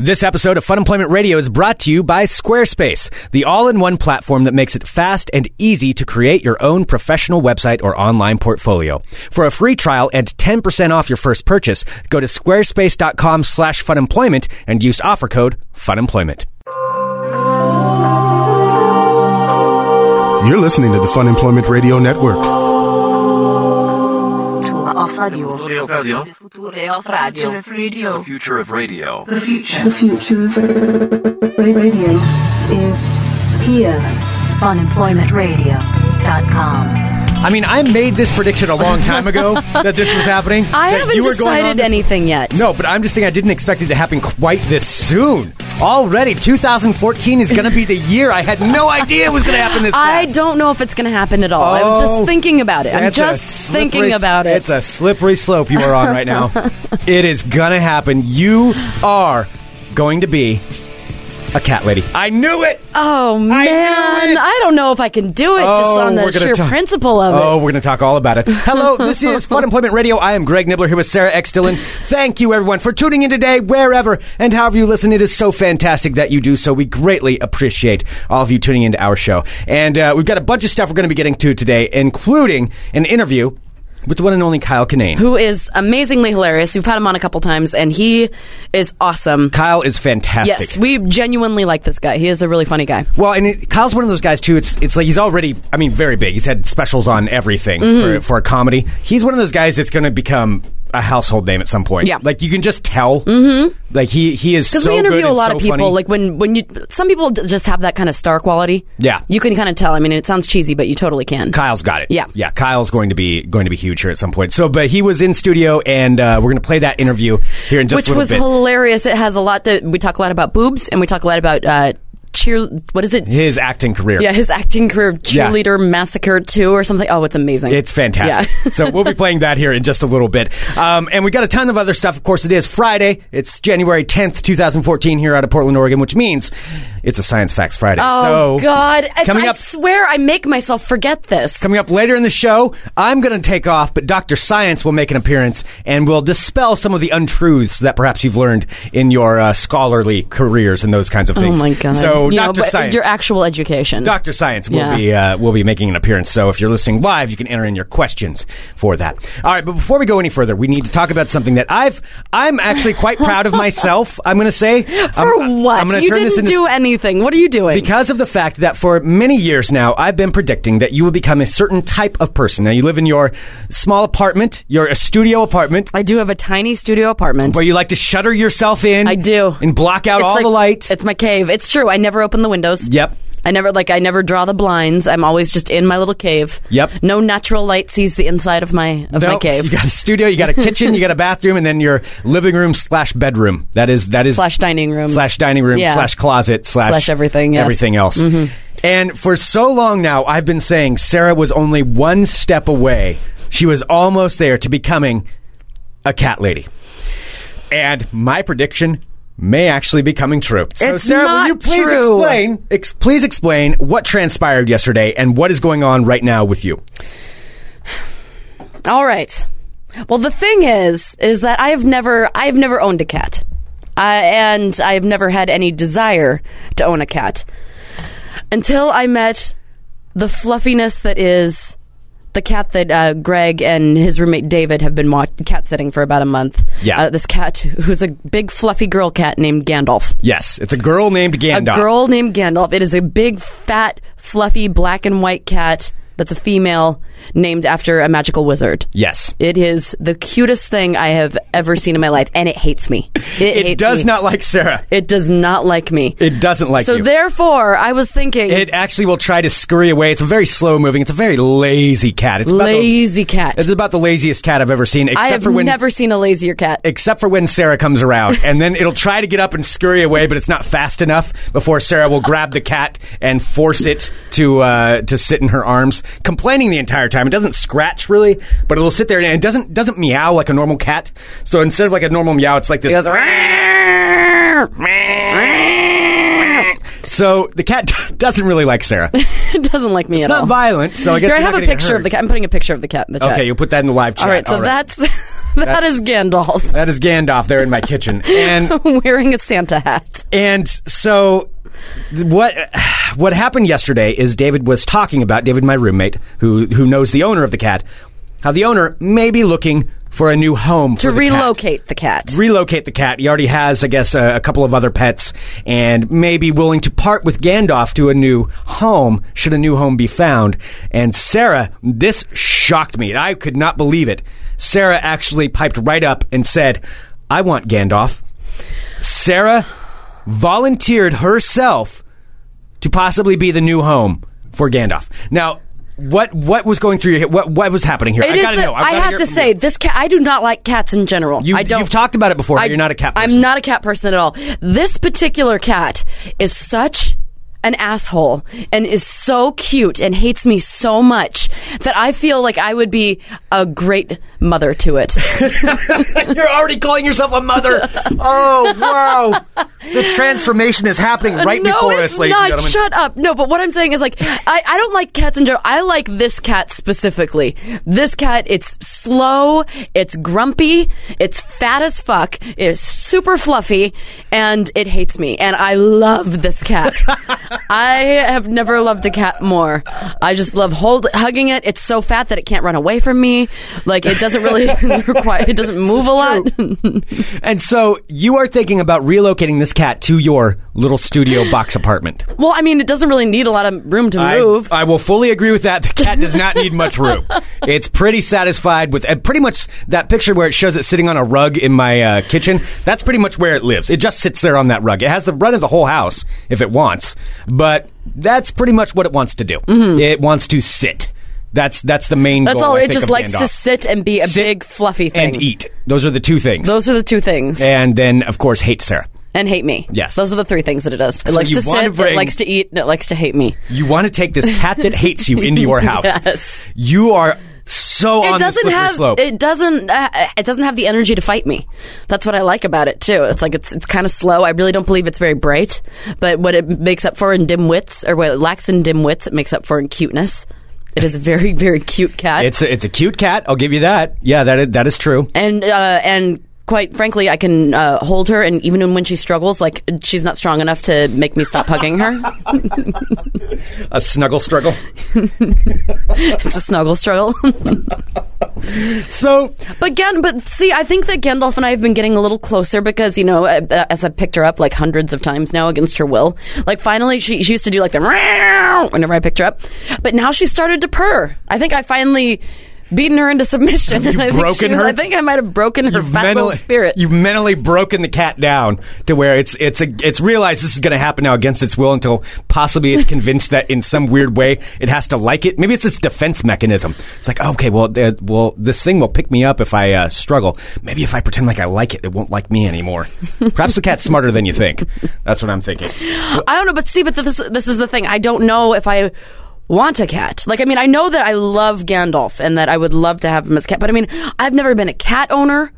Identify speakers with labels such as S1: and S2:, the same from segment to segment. S1: This episode of Fun Employment Radio is brought to you by Squarespace, the all in one platform that makes it fast and easy to create your own professional website or online portfolio. For a free trial and 10% off your first purchase, go to squarespace.com slash funemployment and use offer code funemployment.
S2: You're listening to the Fun Employment Radio Network.
S3: Future of radio.
S4: Future of radio.
S3: Future of radio.
S4: The future of radio.
S3: The future.
S5: The future of radio is here.
S3: Funemploymentradio.com.
S1: I mean, I made this prediction a long time ago that this was happening.
S6: I
S1: that
S6: haven't
S1: you were going on
S6: decided
S1: this-
S6: anything yet.
S1: No, but I'm just saying I didn't expect it to happen quite this soon. Already, 2014 is going to be the year I had no idea it was going to happen this
S6: I
S1: fast.
S6: don't know if it's going to happen at all. I was
S1: Oh,
S6: just thinking about it. I'm
S1: That's a
S6: just
S1: slippery
S6: thinking
S1: s-
S6: about it.
S1: It's a slippery slope you are on right now. it is going to happen. You are going to be a cat lady. I knew it.
S6: oh man,
S1: it! Oh,
S6: I don't know if I can do it just on the
S1: we're gonna
S6: sheer
S1: talk-
S6: principle of
S1: Oh,
S6: it.
S1: we're going to talk all about it. Hello, this is Fun Employment Radio. I am Greg Nibbler here with Sarah X. Dillon. Thank you, everyone, for tuning in today, wherever and however you listen. It is so fantastic that you do so. We greatly appreciate all of you tuning into our show. And uh, we've got a bunch of stuff we're going to be getting to today, including an interview with the one and only Kyle Kinane.
S6: Who is amazingly hilarious? We've had him on a couple times, and he is awesome.
S1: Kyle is fantastic.
S6: Yes, we genuinely like this guy. He is a really funny guy.
S1: Well, and it, Kyle's one of those guys too. It's it's like he's already, I mean, very big. He's had specials on everything
S6: Mm-hmm.
S1: for, for a comedy. He's one of those guys that's going to become a household name at some point.
S6: Yeah.
S1: like you can just tell. Mm-hmm. Like he he is
S6: Because
S1: so
S6: we interview
S1: good
S6: a
S1: and
S6: lot
S1: so
S6: of people,
S1: funny.
S6: like when when you some people d- just have that kind of star quality.
S1: Yeah.
S6: you can kind of tell. I mean, it sounds cheesy, but you totally can.
S1: Kyle's got it.
S6: Yeah.
S1: yeah. Kyle's going to be going to be huge here at some point. So, but he was in studio, and uh, we're going to play that interview here in just
S6: which
S1: a little
S6: was
S1: bit.
S6: hilarious. It has a lot to. We talk a lot about boobs, and we talk a lot about uh, cheer. What is it?
S1: His acting career.
S6: Yeah, his acting career, cheerleader massacre two or something. Oh, it's amazing.
S1: It's fantastic.
S6: Yeah.
S1: so we'll be playing that here in just a little bit. Um, and we got a ton of other stuff. Of course, it is Friday. It's January 10th, 2014 here out of Portland, Oregon, which means it's a Science Facts Friday.
S6: Oh
S1: so
S6: God! It's-
S1: coming
S6: I
S1: up-
S6: swear, I make myself forget this.
S1: Coming up later in the show, I'm going to take off, but Dr. Science will make an appearance and will dispel some of the untruths that perhaps you've learned in your uh, scholarly careers and those kinds of
S6: Oh
S1: things.
S6: my God!
S1: So,
S6: You know,
S1: Dr.
S6: but
S1: Science.
S6: your actual education.
S1: Dr. Science will
S6: Yeah.
S1: be uh, will be making an appearance. So if you're listening live, you can enter in your questions for that. All right, but before we go any further, we need to talk about something that I've I'm actually quite proud of myself. I'm going to say
S6: For
S1: I'm,
S6: what?
S1: I'm gonna
S6: you
S1: turn this
S6: didn't
S1: into
S6: do anything. What are you doing?
S1: because of the fact that for many years now, I've been predicting that you will become a certain type of person. Now you live in your small apartment, your studio apartment.
S6: I do have a tiny studio apartment.
S1: Where you like to shutter yourself in?
S6: I do.
S1: and block out
S6: It's
S1: all
S6: like-
S1: the light.
S6: It's my cave. It's true. I never open the windows.
S1: Yep.
S6: I never like I never draw the blinds. I'm always just in my little cave.
S1: Yep.
S6: No natural light sees the inside of my of my
S1: No, You
S6: cave.
S1: got a studio, you got a kitchen, you got a bathroom, and then your living room slash bedroom. That is that is
S6: Slash dining room.
S1: slash dining room
S6: Yeah.
S1: slash closet slash,
S6: Slash everything, yes. Mm-hmm.
S1: everything else. And for so long now, I've been saying Sarah was only one step away. She was almost there to becoming a cat lady, and my prediction. May actually be coming true. So,
S6: It's
S1: Sarah, will
S6: not
S1: you please
S6: true.
S1: explain? Ex- please explain what transpired yesterday and what is going on right now with you.
S6: All right. Well, the thing is, is that I have never, I have never owned a cat, uh, and I have never had any desire to own a cat until I met the fluffiness that is the cat that uh, Greg and his roommate David have been watch- cat sitting for about a month.
S1: Yeah.
S6: uh, this cat who's a big fluffy girl cat named Gandalf.
S1: Yes, it's a girl named
S6: A
S1: Gandalf.
S6: girl named Gandalf. It is a big, fat, fluffy, black and white cat that's a female named after a magical wizard.
S1: Yes.
S6: It is the cutest thing I have ever seen in my life, and it hates me. It,
S1: It
S6: hates
S1: does
S6: me.
S1: not like Sarah.
S6: It does not like me.
S1: It doesn't like
S6: so
S1: you.
S6: therefore, I was thinking,
S1: it actually will try to scurry away. It's a very slow moving. It's a very lazy cat. It's About
S6: lazy cat.
S1: the, it's about the laziest cat I've ever seen. Except
S6: I have
S1: for when
S6: never seen a lazier cat.
S1: except for when Sarah comes around, and then it'll try to get up and scurry away, but it's not fast enough. Before Sarah will grab the cat and force it to uh, to sit in her arms, complaining the entire time. It doesn't scratch really, but it'll sit there and it doesn't doesn't meow like a normal cat. So instead of like a normal meow, it's like this. So the cat doesn't really like Sarah. It's
S6: it doesn't like me at all.
S1: not violent, so I guess
S6: Here, I
S1: you're
S6: have
S1: not
S6: a
S1: gonna get
S6: picture of
S1: hurt.
S6: the cat. I'm putting a picture of the cat in the chat.
S1: Okay, you'll put that in the live chat.
S6: all right, so that's that is Gandalf
S1: That is Gandalf there in my kitchen. And
S6: wearing a Santa hat.
S1: And so th- what what happened yesterday is David was talking about David my roommate who who knows the owner of the cat how the owner may be looking for a new home
S6: To relocate the cat.
S1: relocate the cat. He already has, I guess, a, a couple of other pets, and maybe willing to part with Gandalf to a new home should a new home be found. And Sarah, this shocked me. I could not believe it. Sarah actually piped right up and said, "I want Gandalf." Sarah volunteered herself to possibly be the new home for Gandalf. Now. What what was going through your head? What what was happening here?
S6: It
S1: I
S6: is
S1: gotta
S6: the-
S1: know.
S6: I
S1: gotta hear
S6: have
S1: it
S6: to
S1: from
S6: say,
S1: you.
S6: this cat. I do not like cats in general.
S1: You-
S6: I don't.
S1: you've talked about it before, you're not a cat person.
S6: I'm not a cat person at all. This particular cat is such an asshole and is so cute and hates me so much that I feel like I would be a great mother to it.
S1: You're already calling yourself a mother. Oh wow! The transformation is happening right
S6: no,
S1: before
S6: it's
S1: us, ladies
S6: not.
S1: and gentlemen.
S6: Shut up. No, but what I'm saying is like I, I don't like cats in general. I like this cat specifically. This cat, it's slow, it's grumpy, it's fat as fuck, it's super fluffy, and it hates me. And I love this cat. I have never loved a cat more. I just love hold hugging it. It's so fat that it can't run away from me. Like it doesn't really require it doesn't move a lot.
S1: and so you are thinking about relocating this cat to your little studio box apartment.
S6: well, I mean, it doesn't really need a lot of room to
S1: I,
S6: move.
S1: I will fully agree with that. The cat does not need much room. it's pretty satisfied with uh, pretty much that picture where it shows it sitting on a rug in my uh, kitchen. That's pretty much where it lives. It just sits there on that rug. It has the run of the whole house if it wants, but that's pretty much what it wants to do. It wants to sit. That's that's the main.
S6: Mm-hmm. That's
S1: goal,
S6: all.
S1: I
S6: It
S1: think,
S6: just
S1: of
S6: likes to
S1: Gandalf.
S6: sit and be a
S1: Sit
S6: big fluffy thing.
S1: and eat. Those are the two things.
S6: Those are the two things.
S1: and then, of course, hate Sarah.
S6: And hate me.
S1: Yes.
S6: Those are the three things that it does. It likes
S1: you
S6: to
S1: wanna
S6: sit,
S1: bring-
S6: it likes to eat, and it likes to hate me.
S1: You want to take this cat that hates you into your house.
S6: Yes.
S1: You are so on
S6: It
S1: the
S6: doesn't
S1: slippery
S6: have
S1: slope.
S6: it doesn't uh, it doesn't have the energy to fight me. That's what I like about it too. It's like it's it's kind of slow. I really don't believe it's very bright, but what it makes up for in dim wits or what it lacks in dim wits, it makes up for in cuteness. It is a very very cute cat.
S1: it's a, it's a cute cat. I'll give you that. Yeah, that is, that is true.
S6: and uh, and quite frankly, I can uh, hold her, and even when she struggles, like she's not strong enough to make me stop hugging her.
S1: A snuggle struggle.
S6: It's a snuggle struggle.
S1: So
S6: but Gan- but see, I think that Gandalf and I have been getting a little closer because you know, uh, as I picked her up like hundreds of times now against her will, like finally she, she used to do like the meow whenever I picked her up, but now she started to purr. I think I finally. Beaten her into submission. and I think
S1: broken
S6: she was-
S1: her?
S6: I think I might have broken her
S1: you've
S6: fat little
S1: mentally,
S6: spirit.
S1: you've mentally broken the cat down to where it's it's a, it's realized this is going to happen now against its will until possibly it's convinced that in some weird way it has to like it. Maybe it's its defense mechanism. It's like okay, well, uh, well, this thing will pick me up if I uh, struggle. Maybe if I pretend like I like it, it won't like me anymore. Perhaps the cat's smarter than you think. That's what I'm thinking.
S6: I don't know, but see, but this this is the thing. I don't know if I want a cat. Like, I mean, I know that I love Gandalf and that I would love to have him as a cat, but I mean, I've never been a cat owner.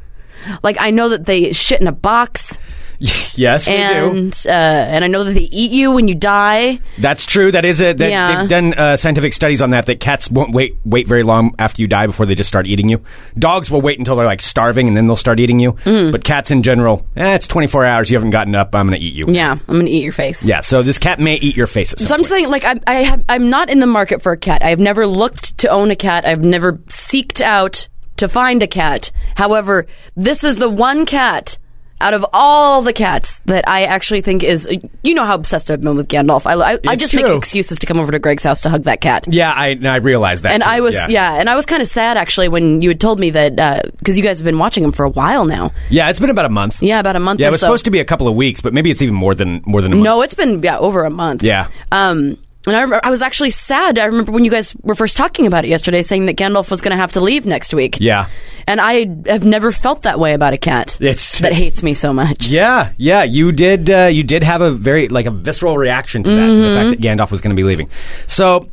S6: Like, I know that they shit in a box,
S1: yes, we do.
S6: and uh, and I know that they eat you when you die.
S1: That's true. That is a that
S6: Yeah.
S1: they've done uh, scientific studies on that. That cats won't wait wait very long after you die before they just start eating you. Dogs will wait until they're like starving and then they'll start eating you.
S6: Mm.
S1: But cats in general, eh, it's twenty four hours. You haven't gotten up. I'm gonna eat you.
S6: Yeah, I'm gonna eat your face.
S1: Yeah, So this cat may eat your face. At some
S6: So I'm
S1: point.
S6: saying, like, I, I have, I'm not in the market for a cat. I've never looked to own a cat. I've never seeked out to find a cat. However, this is the one cat out of all the cats that I actually think is. You know how obsessed I've been with Gandalf. I, I, I
S1: It's
S6: just
S1: true.
S6: make excuses to come over to Greg's house to hug that cat.
S1: Yeah, I I realize that.
S6: And
S1: too.
S6: I was, yeah. and I was kind of sad actually when you had told me that because you guys have been watching him for a while now.
S1: Yeah, It's been about a month.
S6: Yeah, about a month.
S1: Yeah,
S6: or
S1: it was
S6: so.
S1: supposed to be a couple of weeks, but maybe it's even more than more than a month.
S6: No, it's been yeah over a month.
S1: Yeah.
S6: Um, and I, remember, I was actually sad. I remember when you guys were first talking about it yesterday, saying that Gandalf was going to have to leave next week.
S1: Yeah.
S6: And I have never felt that way about a cat
S1: It's-
S6: that hates me so much.
S1: Yeah, yeah, you did. Uh, you did have a very like a visceral reaction to that, to the
S6: Mm-hmm.
S1: fact that Gandalf was going to be leaving. So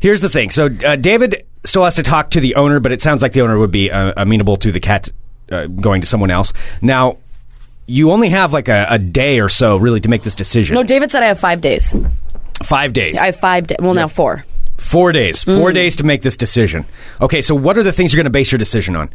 S1: here's the thing. So uh, David still has to talk to the owner, but it sounds like the owner would be uh, amenable to the cat uh, going to someone else. Now, you only have like a, a day or so really to make this decision.
S6: No, David said I have five days.
S1: five days.
S6: I Mm-hmm. have five days. Well, now four.
S1: four days. Four days to make this decision. Okay, so what are the things you're going to base your decision on?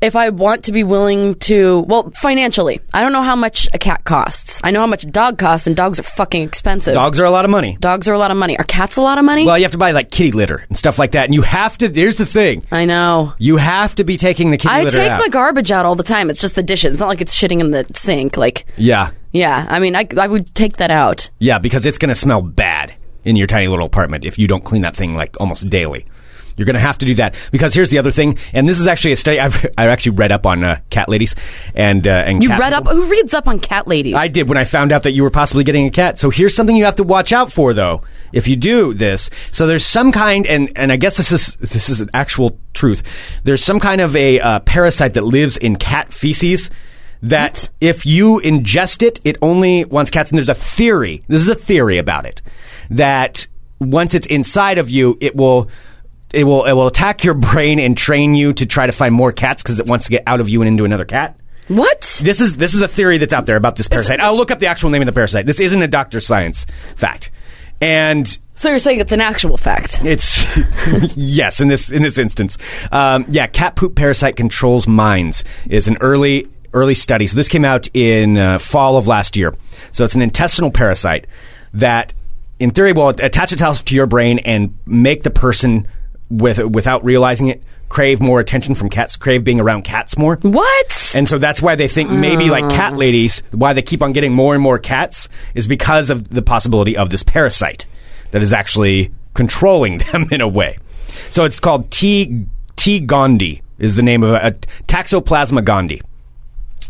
S6: if I want to be willing to, well, financially, I don't know how much a cat costs. I know how much a dog costs, and dogs are fucking expensive.
S1: Dogs are a lot of money.
S6: Dogs are a lot of money. Are cats a lot of money?
S1: Well, you have to buy like kitty litter and stuff like that, and you have to. Here's the thing:
S6: I know.
S1: you have to be taking the kitty
S6: I
S1: litter
S6: take
S1: out.
S6: my garbage out all the time. It's just the dishes. It's not like it's shitting in the sink. Like,
S1: yeah,
S6: yeah. I mean, I, I would take that out.
S1: yeah, because it's gonna smell bad in your tiny little apartment if you don't clean that thing like almost daily. You're gonna have to do that because here's the other thing, and this is actually a study I, I actually read up on uh, cat ladies and uh, and
S6: You
S1: cat
S6: read
S1: people.
S6: up. Who reads up on cat ladies?
S1: I did when I found out that you were possibly getting a cat. So here's something you have to watch out for, though, if you do this. So there's some kind, and and I guess this is this is an actual truth. There's some kind of a uh, parasite that lives in cat feces. That
S6: What?
S1: if you ingest it, it only wants cats. And there's a theory. This is a theory about it that once it's inside of you, it will. It will it will attack your brain and train you to try to find more cats because it wants to get out of you and into another cat.
S6: what?
S1: This is this is a theory that's out there about this parasite. I'll look up the actual name of the parasite. This isn't a doctor science fact, and
S6: So you're saying it's an actual fact?
S1: it's yes in this in this instance, um, yeah. Cat poop parasite controls minds is an early early study. So this came out in uh, fall of last year. So it's an intestinal parasite that, in theory, will attach itself to your brain and make the person with without realizing it crave more attention from cats, crave being around cats more.
S6: What?
S1: And so that's why they think maybe like
S6: Oh.
S1: cat ladies, why they keep on getting more and more cats is because of the possibility of this parasite that is actually controlling them in a way. So it's called T. T. Gandhi is the name of a, Taxoplasma gondii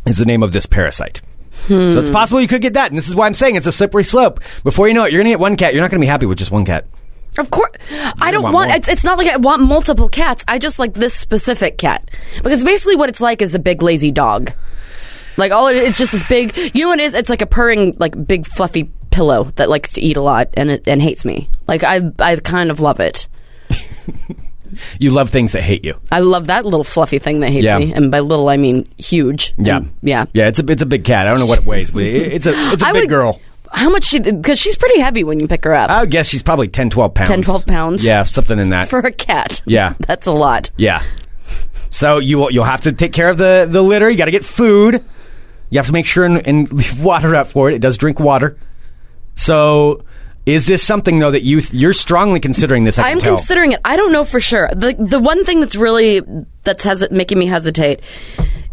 S1: is the name of this parasite. So
S6: Hmm.
S1: it's possible you could get that, and this is why I'm saying it's a slippery slope. Before you know it, you're going to get one cat. You're not going to be happy with just one cat.
S6: Of course, I don't
S1: want
S6: want.
S1: more.
S6: it's, it's not like I want multiple cats. I just like this specific cat because basically what it's like is a big lazy dog. Like all it, it's just this big. You know what it is? It's like a purring, like big fluffy pillow that likes to eat a lot and it, and hates me. Like I I kind of love it.
S1: You love things that hate you.
S6: I love that little fluffy thing that hates
S1: Yeah.
S6: me, and by little I mean huge.
S1: Yeah,
S6: And- yeah,
S1: yeah. It's a it's a big cat. I don't know what it weighs, but it, it's a it's a
S6: I
S1: big
S6: would-
S1: girl.
S6: How much? she Because she's pretty heavy when you pick her up
S1: I would guess she's probably 10, 12 pounds.
S6: 10, 12 pounds.
S1: Yeah, something in that.
S6: for a cat.
S1: Yeah.
S6: that's a lot.
S1: yeah. So you will, you'll have to take care of the, the litter. You got to get food. You have to make sure and, and leave water out for it. It does drink water. So is this something though that you th- you're strongly considering this? I can
S6: I'm
S1: tell.
S6: considering it. I don't know for sure. The the one thing that's really that's hesi- making me hesitate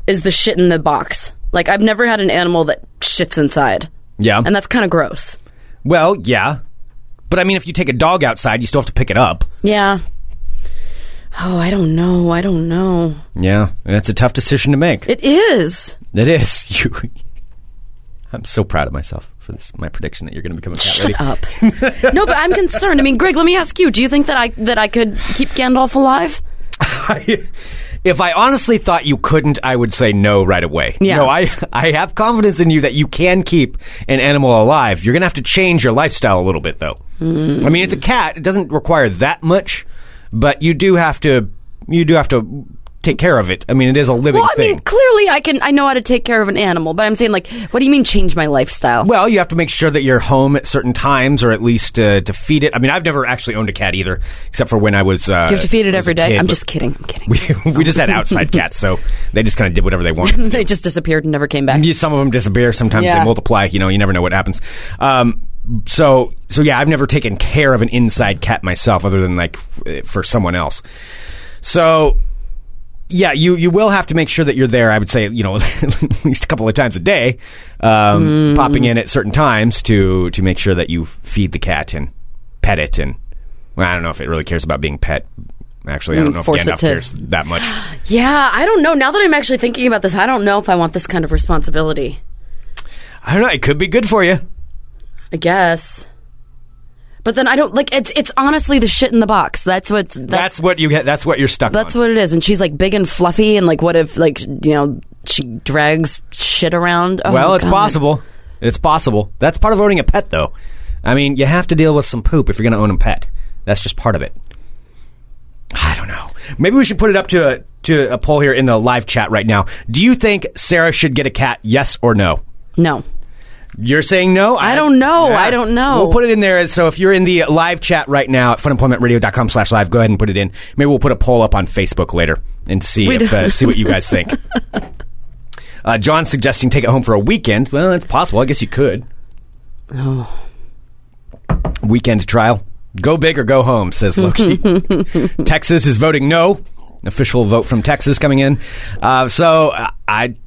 S6: is the shit in the box. Like I've never had an animal that shits inside,
S1: Yeah.
S6: and that's kind of gross.
S1: well, yeah. But I mean, if you take a dog outside, you still have to pick it up.
S6: Yeah. Oh, I don't know. I don't know.
S1: Yeah, and it's a tough decision to make.
S6: It is.
S1: That is you. I'm so proud of myself for this. My prediction that you're going to become a cat lady.
S6: Shut up. no, but I'm concerned. I mean, Greg, let me ask you. Do you think that I that I could keep Gandalf alive?
S1: if I honestly thought you couldn't, I would say no right away.
S6: Yeah.
S1: No, I I have confidence in you that you can keep an animal alive. You're gonna have to change your lifestyle a little bit, though.
S6: Mm.
S1: I mean, it's a cat; it doesn't require that much, but you do have to you do have to take care of it. I mean, it is a living
S6: Well, I
S1: thing.
S6: mean, clearly I can. I know how to take care of an animal, but I'm saying like, what do you mean change my lifestyle?
S1: well, you have to make sure that you're home at certain times, or at least uh, to feed it. I mean, I've never actually owned a cat either, except for when I was. Uh,
S6: do you have to feed
S1: was
S6: it
S1: a
S6: every day?
S1: kid,
S6: I'm
S1: but
S6: just kidding. I'm kidding.
S1: We, we just had outside cats, so they just kind of did whatever they wanted.
S6: they just disappeared and never came back.
S1: Yeah, some of them disappear. Sometimes
S6: Yeah.
S1: they multiply. You know, you never know what happens. Um, so, so yeah, I've never taken care of an inside cat myself, other than like f- for someone else. So, yeah, you you will have to make sure that you're there. I would say, you know, at least a couple of times a day, um,
S6: Mm.
S1: popping in at certain times to to make sure that you feed the cat and pet it. And well, I don't know if it really cares about being pet. Actually, I don't know if
S6: Mm, force it
S1: Gandalf
S6: to-
S1: cares that much.
S6: Yeah, I don't know. Now that I'm actually thinking about this, I don't know if I want this kind of responsibility.
S1: I don't know. It could be good for you.
S6: I guess. But then I don't like it's it's honestly the shit in the box. That's what's that's
S1: That's what you get. That's what you're stuck.
S6: that's
S1: on.
S6: what it is. And she's like big and fluffy and like what if like you know she drags shit around? Oh,
S1: Well, it's
S6: God.
S1: possible. It's possible. That's part of owning a pet, though. I mean, you have to deal with some poop if you're going to own a pet. That's just part of it. I don't know. Maybe we should put it up to a, to a poll here in the live chat right now. Do you think Sarah should get a cat? Yes or no?
S6: No.
S1: You're saying no?
S6: I don't know. I don't know.
S1: We'll put it in there. So if you're in the live chat right now at funemploymentradio.com slash live, go ahead and put it in. Maybe we'll put a poll up on Facebook later. and see
S6: We
S1: if, uh,
S6: don't.
S1: see what you guys think. Uh, John's suggesting take it home for a weekend. Well, that's possible. I guess you could.
S6: Oh.
S1: Weekend trial. Go big or go home, says Loki. Texas is voting no. Official vote from Texas coming in. Uh, so uh, I'd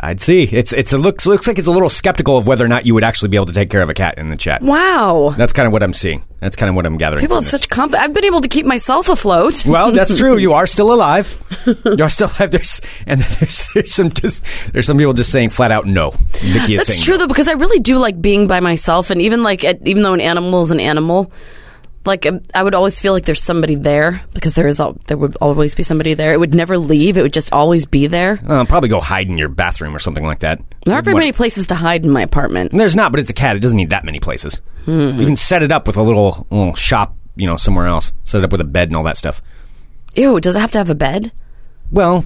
S1: I'd see. It's it's a looks looks like it's a little skeptical of whether or not you would actually be able to take care of a cat in the chat.
S6: Wow.
S1: That's kind of what I'm seeing. That's kind of what I'm gathering.
S6: People
S1: from
S6: have
S1: this.
S6: such confidence. I've been able to keep myself afloat.
S1: Well, that's true. You are still alive. You are still alive. There's and there's there's some just, there's some people just saying flat out no. Vicky is
S6: That's
S1: saying
S6: true though, because I really do like being by myself, and even like at, even though an animal is an animal, like um, I would always feel like there's somebody there because there is al- there would always be somebody there. It would never leave. It would just always be there.
S1: no. Uh, probably go hide in your bathroom or something like that.
S6: There aren't very
S1: What-
S6: many places to hide in my apartment.
S1: There's not, but it's a cat. It doesn't need that many places.
S6: Hmm.
S1: You can set it up with a little little shop, you know, somewhere else. Set it up with a bed and all that stuff.
S6: Ew, does it have to have a bed?
S1: Well,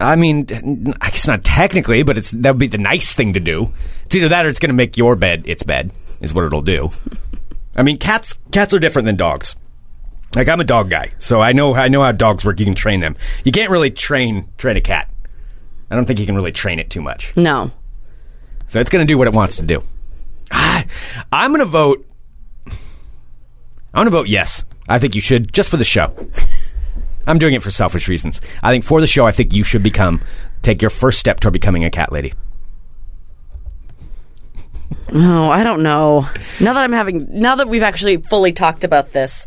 S1: I mean, I guess not technically, but it's that would be the nice thing to do. It's either that or it's going to make your bed its bed is what it'll do. I mean, cats cats are different than dogs. Like I'm a dog guy, so I know I know how dogs work. You can train them. You can't really train train a cat. I don't think you can really train it too much.
S6: No.
S1: So it's going to do what it wants to do. I, I'm going to vote. I'm going to vote yes. I think you should, just for the show. I'm doing it for selfish reasons. I think for the show, I think you should become, take your first step toward becoming a cat lady.
S6: Oh, I don't know. Now that I'm having, now that we've actually fully talked about this,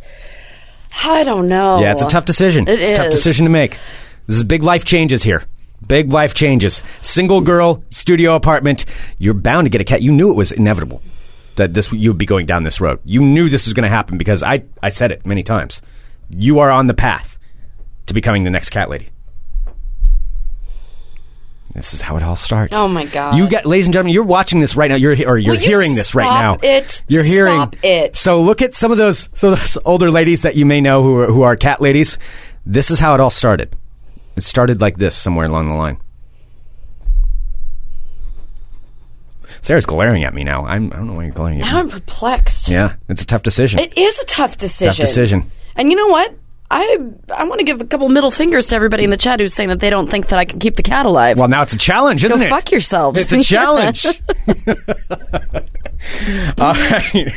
S6: I don't know.
S1: Yeah, it's a tough decision.
S6: It
S1: it's a tough
S6: is.
S1: decision to make. This is big life changes here. Big life changes. Single girl, studio apartment. You're bound to get a cat. You knew it was inevitable that this you would be going down this road. You knew this was going to happen because I, I said it many times. You are on the path to becoming the next cat lady. This is how it all starts.
S6: Oh my God.
S1: You got, ladies and gentlemen, you're watching this right now. You're or you're
S6: Will you
S1: hearing this right now.
S6: stop it?
S1: You're hearing
S6: Stop it.
S1: so look at some of those so those older ladies that you may know who are, who are cat ladies. This is how it all started. It started like this somewhere along the line. Sarah's glaring at me now. I'm, I don't know why you're glaring at
S6: Now
S1: me.
S6: I'm perplexed.
S1: Yeah, it's a tough decision.
S6: It is a tough decision.
S1: tough decision.
S6: And you know what? I I want to give a couple middle fingers to everybody in the chat who's saying that they don't think that I can keep the cat alive.
S1: Well, now it's a challenge, isn't it?
S6: fuck yourselves.
S1: It's a challenge. All right.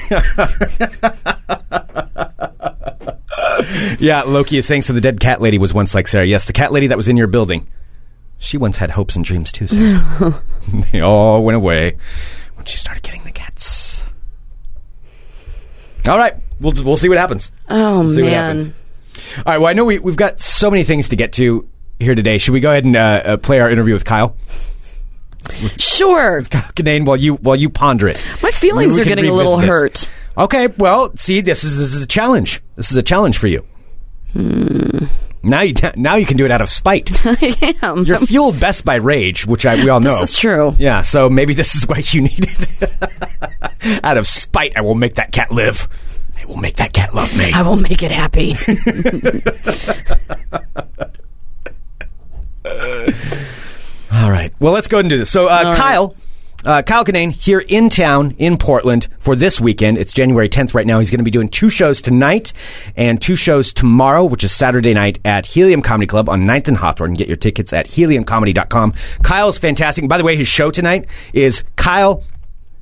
S1: yeah, Loki is saying so. The dead cat lady was once like Sarah. Yes, the cat lady that was in your building. She once had hopes and dreams too. Sarah. they all went away when she started getting the cats. All right, we'll we'll see what happens.
S6: oh
S1: See what
S6: man.
S1: happens. All right. Well, I know we, we've got so many things to get to here today. Should we go ahead and uh, uh, play our interview with Kyle?
S6: Sure.
S1: Canaan, while you while you ponder it,
S6: My feelings
S1: Maybe we
S6: are
S1: can
S6: getting a little
S1: revisit this.
S6: hurt.
S1: Okay. Well, see, this is this is a challenge. This is a challenge for you. Now you now you can do it out of spite.
S6: Hmm. I am.
S1: You're fueled best by rage, which I, we all know.
S6: This is true.
S1: Yeah. So maybe this is what you needed. out of spite, I will make that cat live. I will make that cat love me.
S6: I will make it happy.
S1: All right. Well, let's go ahead and do this. So, uh,
S6: right.
S1: Kyle, uh, Kyle Kinane here in town in Portland for this weekend. It's January 10th right now. He's going to be doing two shows tonight and two shows tomorrow, which is Saturday night at Helium Comedy Club on 9th and Hawthorne. Get your tickets at heliumcomedy.com. Kyle's fantastic. By the way, his show tonight is Kyle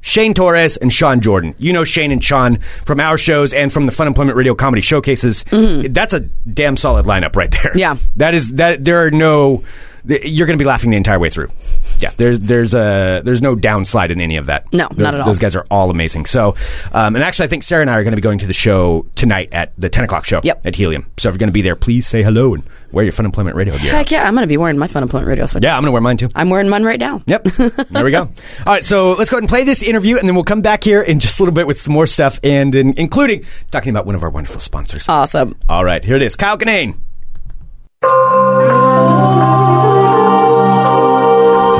S1: Shane Torres and Sean Jordan. You know Shane and Sean from our shows and from the Fun Employment Radio Comedy Showcases. That's a damn solid lineup right there.
S6: Mm-hmm. Yeah.
S1: that is that. There are no. th- You're going to be laughing the entire way through. Yeah, there's there's a there's no downslide in any of that.
S6: No,
S1: Those-
S6: not at all.
S1: Those guys are all amazing. So, um, and actually, I think Sarah and I are going to be going to the show tonight at the 10 o'clock show
S6: Yep.
S1: at Helium. So if you're going to be there, please say hello and wear your Fun Employment Radio gear.
S6: Heck yeah, I'm going to be wearing my Fun Employment Radio sweater.
S1: Yeah, I'm going to wear mine too.
S6: I'm wearing mine right now.
S1: Yep. There we go. All right. So let's go ahead and play this interview, and then we'll come back here in just a little bit with some more stuff, and in, including talking about one of our wonderful sponsors.
S6: Awesome.
S1: All right. Here it is. Kyle Kinane.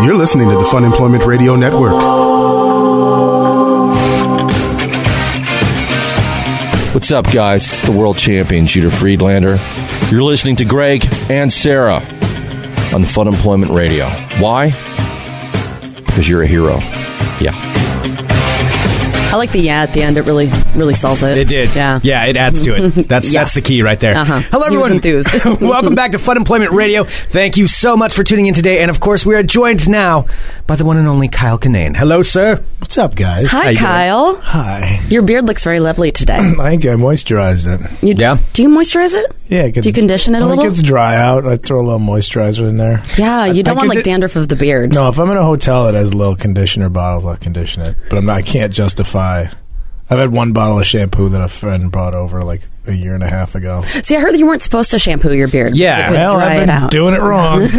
S2: You're listening to the Fun Employment Radio Network.
S7: What's up, guys? It's the world champion, Judah Friedlander. You're listening to Greg and Sarah on Fun Employment Radio. Why? Because you're a hero. Yeah.
S6: I like the yeah at the end. It really really sells it.
S1: It did.
S6: Yeah.
S1: Yeah, it adds to it. That's
S6: Yeah.
S1: that's the key right there.
S6: Uh-huh.
S1: Hello
S6: He was
S1: everyone.
S6: enthused.
S1: Welcome back to Fun Employment Radio. Thank you so much for tuning in today. And of course we are joined now by the one and only Kyle Kinane. Hello, sir.
S8: What's up, guys?
S1: How
S6: Hi
S1: you doing?
S6: Kyle.
S8: Hi.
S6: Your beard looks very lovely today.
S8: I think I moisturized it.
S6: You,
S1: Yeah.
S6: Do you moisturize it?
S8: Yeah, it gets,
S6: Do you condition it a
S8: when
S6: little?
S8: it gets dry out, I throw a little moisturizer in there.
S6: yeah. You don't
S8: I
S6: want
S8: could
S6: like
S8: do-
S6: dandruff of the beard.
S8: No, if I'm in a hotel that has little conditioner bottles, I'll condition it. But I'm not, I can't justify. I've had one bottle of shampoo that a friend brought over like a year and a half ago.
S6: See, I heard that you weren't supposed to shampoo your beard. because
S1: Yeah.
S6: It could
S8: Well,
S6: dry
S8: I've
S6: it
S8: been
S6: out.
S8: doing it wrong.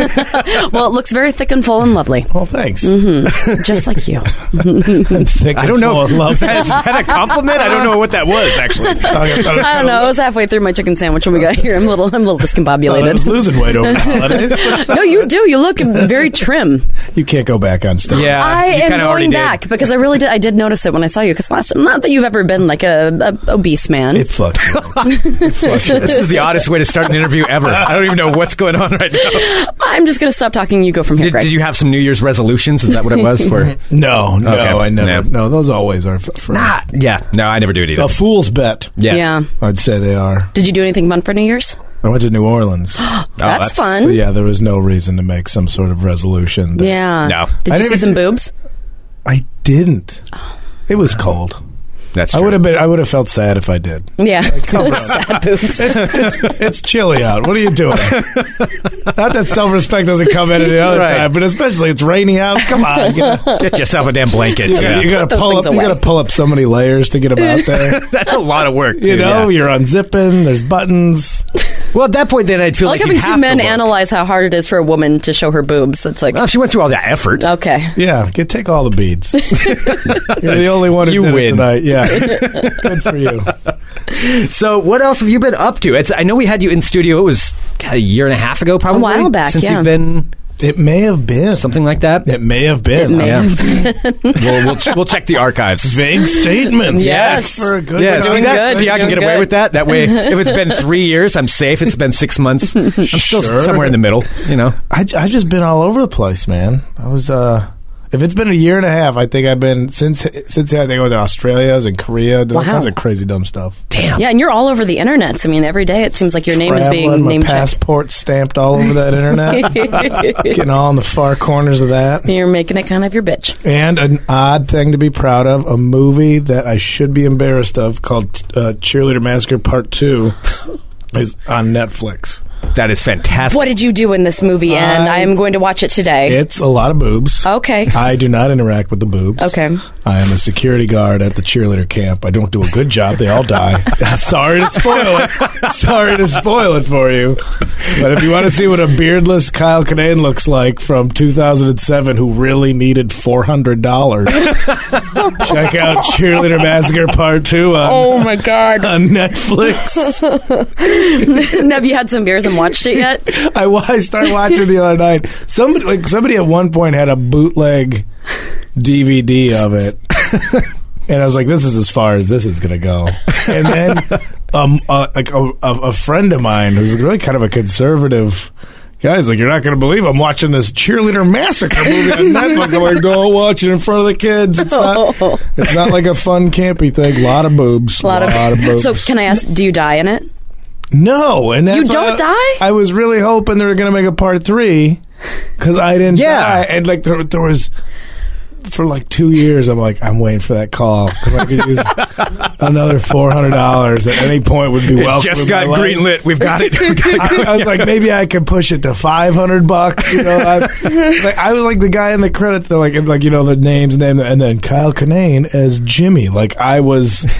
S6: well, it looks very thick and full and lovely,
S8: well, thanks.
S6: Mm-hmm. just like you.
S8: I'm thick
S1: I
S8: and
S1: don't know.
S8: full
S1: If,
S8: of
S1: is,
S8: love.
S1: that, is that a compliment? I don't know what that was actually.
S8: I thought
S6: I don't know. I was halfway through my chicken sandwich when we got here. I'm a little, I'm a little
S8: I was
S6: discombobulated.
S8: losing weight over the holidays.
S6: No, you do. You look very trim.
S8: you can't go back on stuff.
S1: Yeah.
S6: I
S1: you
S6: am
S1: kinda already
S6: going
S1: did.
S6: back because I really did. I did notice it when I saw you. Because last, not that you've ever been like a, a obese man.
S8: It fluctuates. it fluctuates.
S1: This is the oddest way to start an interview ever. I don't even know what's going on right now.
S6: I'm just gonna stop talking. You go from here.
S1: Did,
S6: Greg.
S1: did you have some New Year's resolutions? Is that what it was for?
S8: No, no,
S1: Okay.
S8: I never.
S1: Yeah.
S8: No, those always are f- for
S1: Ah, yeah. No, I never do it either.
S8: a fool's bet.
S1: Yes. Oh,
S6: Yeah.
S8: I'd say they are.
S6: Did you do anything fun for New Year's?
S8: I went to New Orleans.
S6: that's,
S1: that's-
S6: fun.
S8: so yeah, there was no reason to make some sort of resolution. that-
S6: Yeah.
S1: No.
S6: Did
S8: I
S6: you
S8: didn't
S6: see
S8: even
S6: some
S8: do-
S6: boobs?
S8: I didn't. It was cold.
S1: That's
S8: I
S1: Oh. true.
S8: would have been. I would have felt sad if I did.
S6: Yeah.
S8: Come on.
S6: Sad boobs.
S8: It's, it's chilly out. What are you doing? Not that self respect doesn't come in any other
S1: Right.
S8: time, but especially it's rainy out. Come on, you know.
S1: Get yourself a damn blanket.
S8: You gotta-
S1: yeah.
S8: you gotta
S6: Put those
S8: pull
S6: things
S8: up. You
S6: away.
S8: gotta pull up so many layers to get them out there.
S1: That's a lot of work.
S8: You
S1: dude.
S8: know,
S1: Yeah.
S8: you're unzipping. There's buttons.
S1: Well, at that point, then I'd feel
S6: I like
S1: like,
S6: having
S1: you have
S6: two
S1: to
S6: men
S1: work.
S6: analyze how hard it is for a woman to show her boobs. That's like
S1: Well, if she went through all that effort.
S6: okay.
S8: Yeah, get take all the beads. You're the only one who
S1: You
S8: did it
S1: win.
S8: tonight. Yeah, good for you.
S1: So, what else have you been up to? It's, I know we had you in studio. It was God, a year and a half ago, probably.
S6: while back,
S1: Since
S6: yeah.
S1: you've been
S8: It may have been
S1: something like that.
S8: It may have been.
S6: may
S1: Yeah. we'll, we'll we'll check the archives.
S8: Vague statements.
S6: Yes.
S8: for a good.
S1: Yeah, see,
S8: reason.
S1: that,
S6: good.
S1: see, I can
S6: Doing
S1: get away
S6: good.
S1: with that. That way, if it's been three years, I'm safe. It's been six months. I'm still
S8: Sure.
S1: somewhere in the middle. You know,
S8: I j- I've just been all over the place, man. I was. uh if it's been a year and a half, I think I've been since since I think I was in Australia, I was in Korea, did all
S6: Wow.
S8: kinds of crazy dumb stuff.
S1: damn.
S6: Yeah, and you're all over the internet. I mean, every day it seems like your name is
S8: Traveling,
S6: being
S8: my
S6: name checked.
S8: passport stamped all over that internet, getting all in the far corners of that.
S6: You're making it kind of your bitch.
S8: And an odd thing to be proud of a movie that I should be embarrassed of called uh, Cheerleader Massacre Part 2 is on Netflix.
S1: That is fantastic.
S6: What did you do in this movie? And I,
S8: I-
S6: am going to watch it today.
S8: It's a lot of boobs.
S6: okay.
S8: I do not interact with the boobs.
S6: Okay.
S8: I am a security guard at the cheerleader camp. I don't do a good job. They all die. Sorry to spoil it. Sorry to spoil it for you. But if you want to see what a beardless Kyle Kinane looks like from 2007 who really needed $400, check out Cheerleader Massacre Part 2 on,
S6: Oh my god!
S8: on Netflix.
S6: Have you had some beers and watched it yet?
S8: I, wa- I started watching the other night. Somebody like somebody at one point had a bootleg DVD of it, and I was like, "This is as far as this is gonna go." And then, um, uh, like a, a, a friend of mine who's really kind of a conservative. Guys, like you're not gonna believe I'm watching this cheerleader massacre movie on Netflix. I'm like, don't watch it in front of the kids. It's not, it's not like a fun campy thing. A lot of boobs. A
S6: lot of-
S8: boobs.
S6: So can I ask? Do you die in it?
S8: No, and that's
S6: You
S8: why
S6: don't
S8: I,
S6: die?
S8: I was really hoping they were going to make a part three because I didn't.
S1: Yeah.
S8: die. and like there, there was for like two years. I'm like, I'm waiting for that call because I could use another four hundred dollars at any point would be
S1: It
S8: welcome.
S1: just
S8: in
S1: got
S8: my life.
S1: greenlit. We've got it. We've got it.
S8: I, I was like, maybe I could push it to five hundred bucks. You know, I, like, I was like the guy in the credits, they're like, and, like you know, the names, name, and then Kyle Kinane as Jimmy. Like I was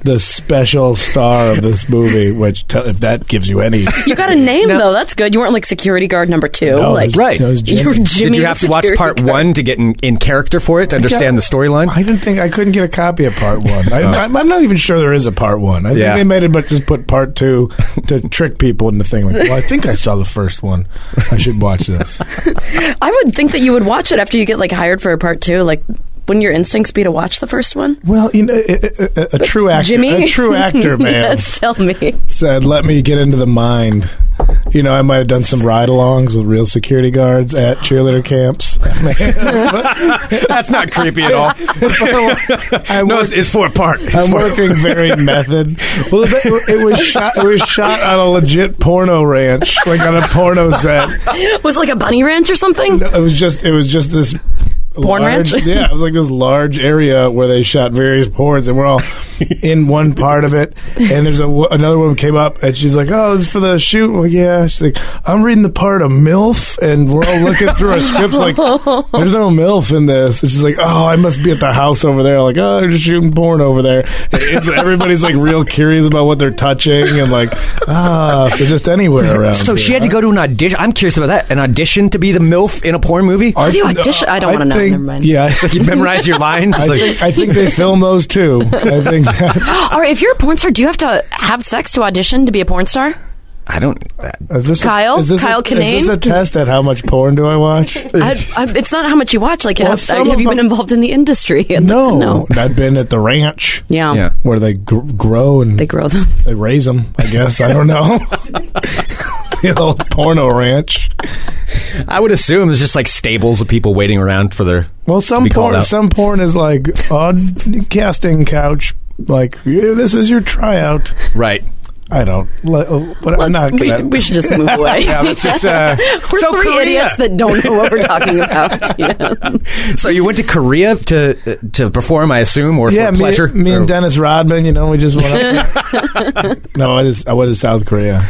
S8: the special star of this movie, which t- if that gives you any,
S6: You got a name though. That's good. You weren't like security guard number two.
S8: No,
S6: like
S8: it was-
S1: Oh, Right.
S8: it was
S6: you were
S8: Jimmy.
S6: Jimmy.
S1: Did you
S6: the
S1: have to watch
S6: security
S1: part
S6: guard.
S1: one to get in, in character for it to understand the
S8: I
S1: storyline?
S8: didn't think I couldn't get a copy of part one. I, I'm I'm not even sure there is a part one. I think
S1: Yeah.
S8: they made it, but just put part two to trick people into thinking. Like, well, I think I saw the first one. I should watch this.
S6: I would think that you would watch it after you get like hired for a part two. Like, wouldn't your instincts be to watch the first one?
S8: Well, you know, a, a- a, a true actor,
S6: Jimmy,
S8: a true actor, man.
S6: yes, tell me.
S8: said, "Let me get into the mind You know, I might have done some ride-alongs with real security guards at cheerleader camps.
S1: That's not creepy at all.
S8: I
S1: Oh. no,
S8: worked-
S1: it's, it's for a part. It's
S8: I'm
S1: for-
S8: working very method. Well, it, it was shot. It was shot on a legit porno ranch, like on a porno set.
S6: Was it like a bunny ranch or something?
S8: It was just. It was just this.
S6: Porn
S8: large-
S6: ranch?
S8: Yeah, it was like this large area where they shot various porns, and we're all in one part of it. And there's a wo- another woman came up, and she's like, "Oh, this is for the shoot." Well, yeah. She's like, "I'm reading the part of MILF," and we're all looking through our scripts, like, "There's no MILF in this." And she's like, "Oh, I must be at the house over there." Like, "Oh, they're just shooting porn over there." And it's- everybody's like real curious about what they're touching, and like, ah, so just anywhere around.
S1: so
S8: here,
S1: she had
S8: huh?
S1: to go to an audition. I'm curious about that. An audition to be the MILF in a porn movie?
S8: I
S6: do you
S8: th-
S6: audition- I don't wanna know,
S8: think-
S6: never mind.
S8: Yeah,
S1: Like you memorize your lines?
S8: I
S1: Like-
S8: think, I think they film those too. I think
S9: Or if you're a porn star, do you have to have sex to audition to be a porn star?
S1: I don't.
S8: is this
S9: Kyle?
S8: A, is this
S9: Kyle
S8: a, Is this
S9: Kinane?
S8: a test at how much porn do I watch?
S9: I, I, it's not how much you watch. Like,
S8: Well,
S9: have,
S8: some
S9: have
S8: of
S9: you been
S8: them-
S9: involved in the industry? I'd like to
S8: no,
S9: know.
S8: I've been at the ranch
S9: Yeah.
S1: Yeah.
S8: where they gr- grow and
S9: They
S8: they,
S9: grow them.
S8: raise them. I guess I don't know. the old porno ranch.
S1: I would assume it's just like stables of people waiting around for their.
S8: Well, some
S1: Be called
S8: porn,
S1: out.
S8: some porn is like odd casting couch. Like yeah, this is your tryout.
S1: Right.
S8: I don't. Let, but I'm
S9: Let's-
S8: not
S9: we,
S8: gonna.
S9: we should just move away.
S1: Yeah, let's just. Uh,
S9: We're
S1: so
S9: three
S1: Korea.
S9: idiots that don't know what we're talking about. Yeah.
S1: So you went to Korea to uh, to perform, I assume, or
S8: yeah,
S1: for
S8: me,
S1: pleasure? Oh.
S8: me
S1: Or-
S8: and Dennis Rodman, you know, we just went up there. no, I, just, I went to South Korea.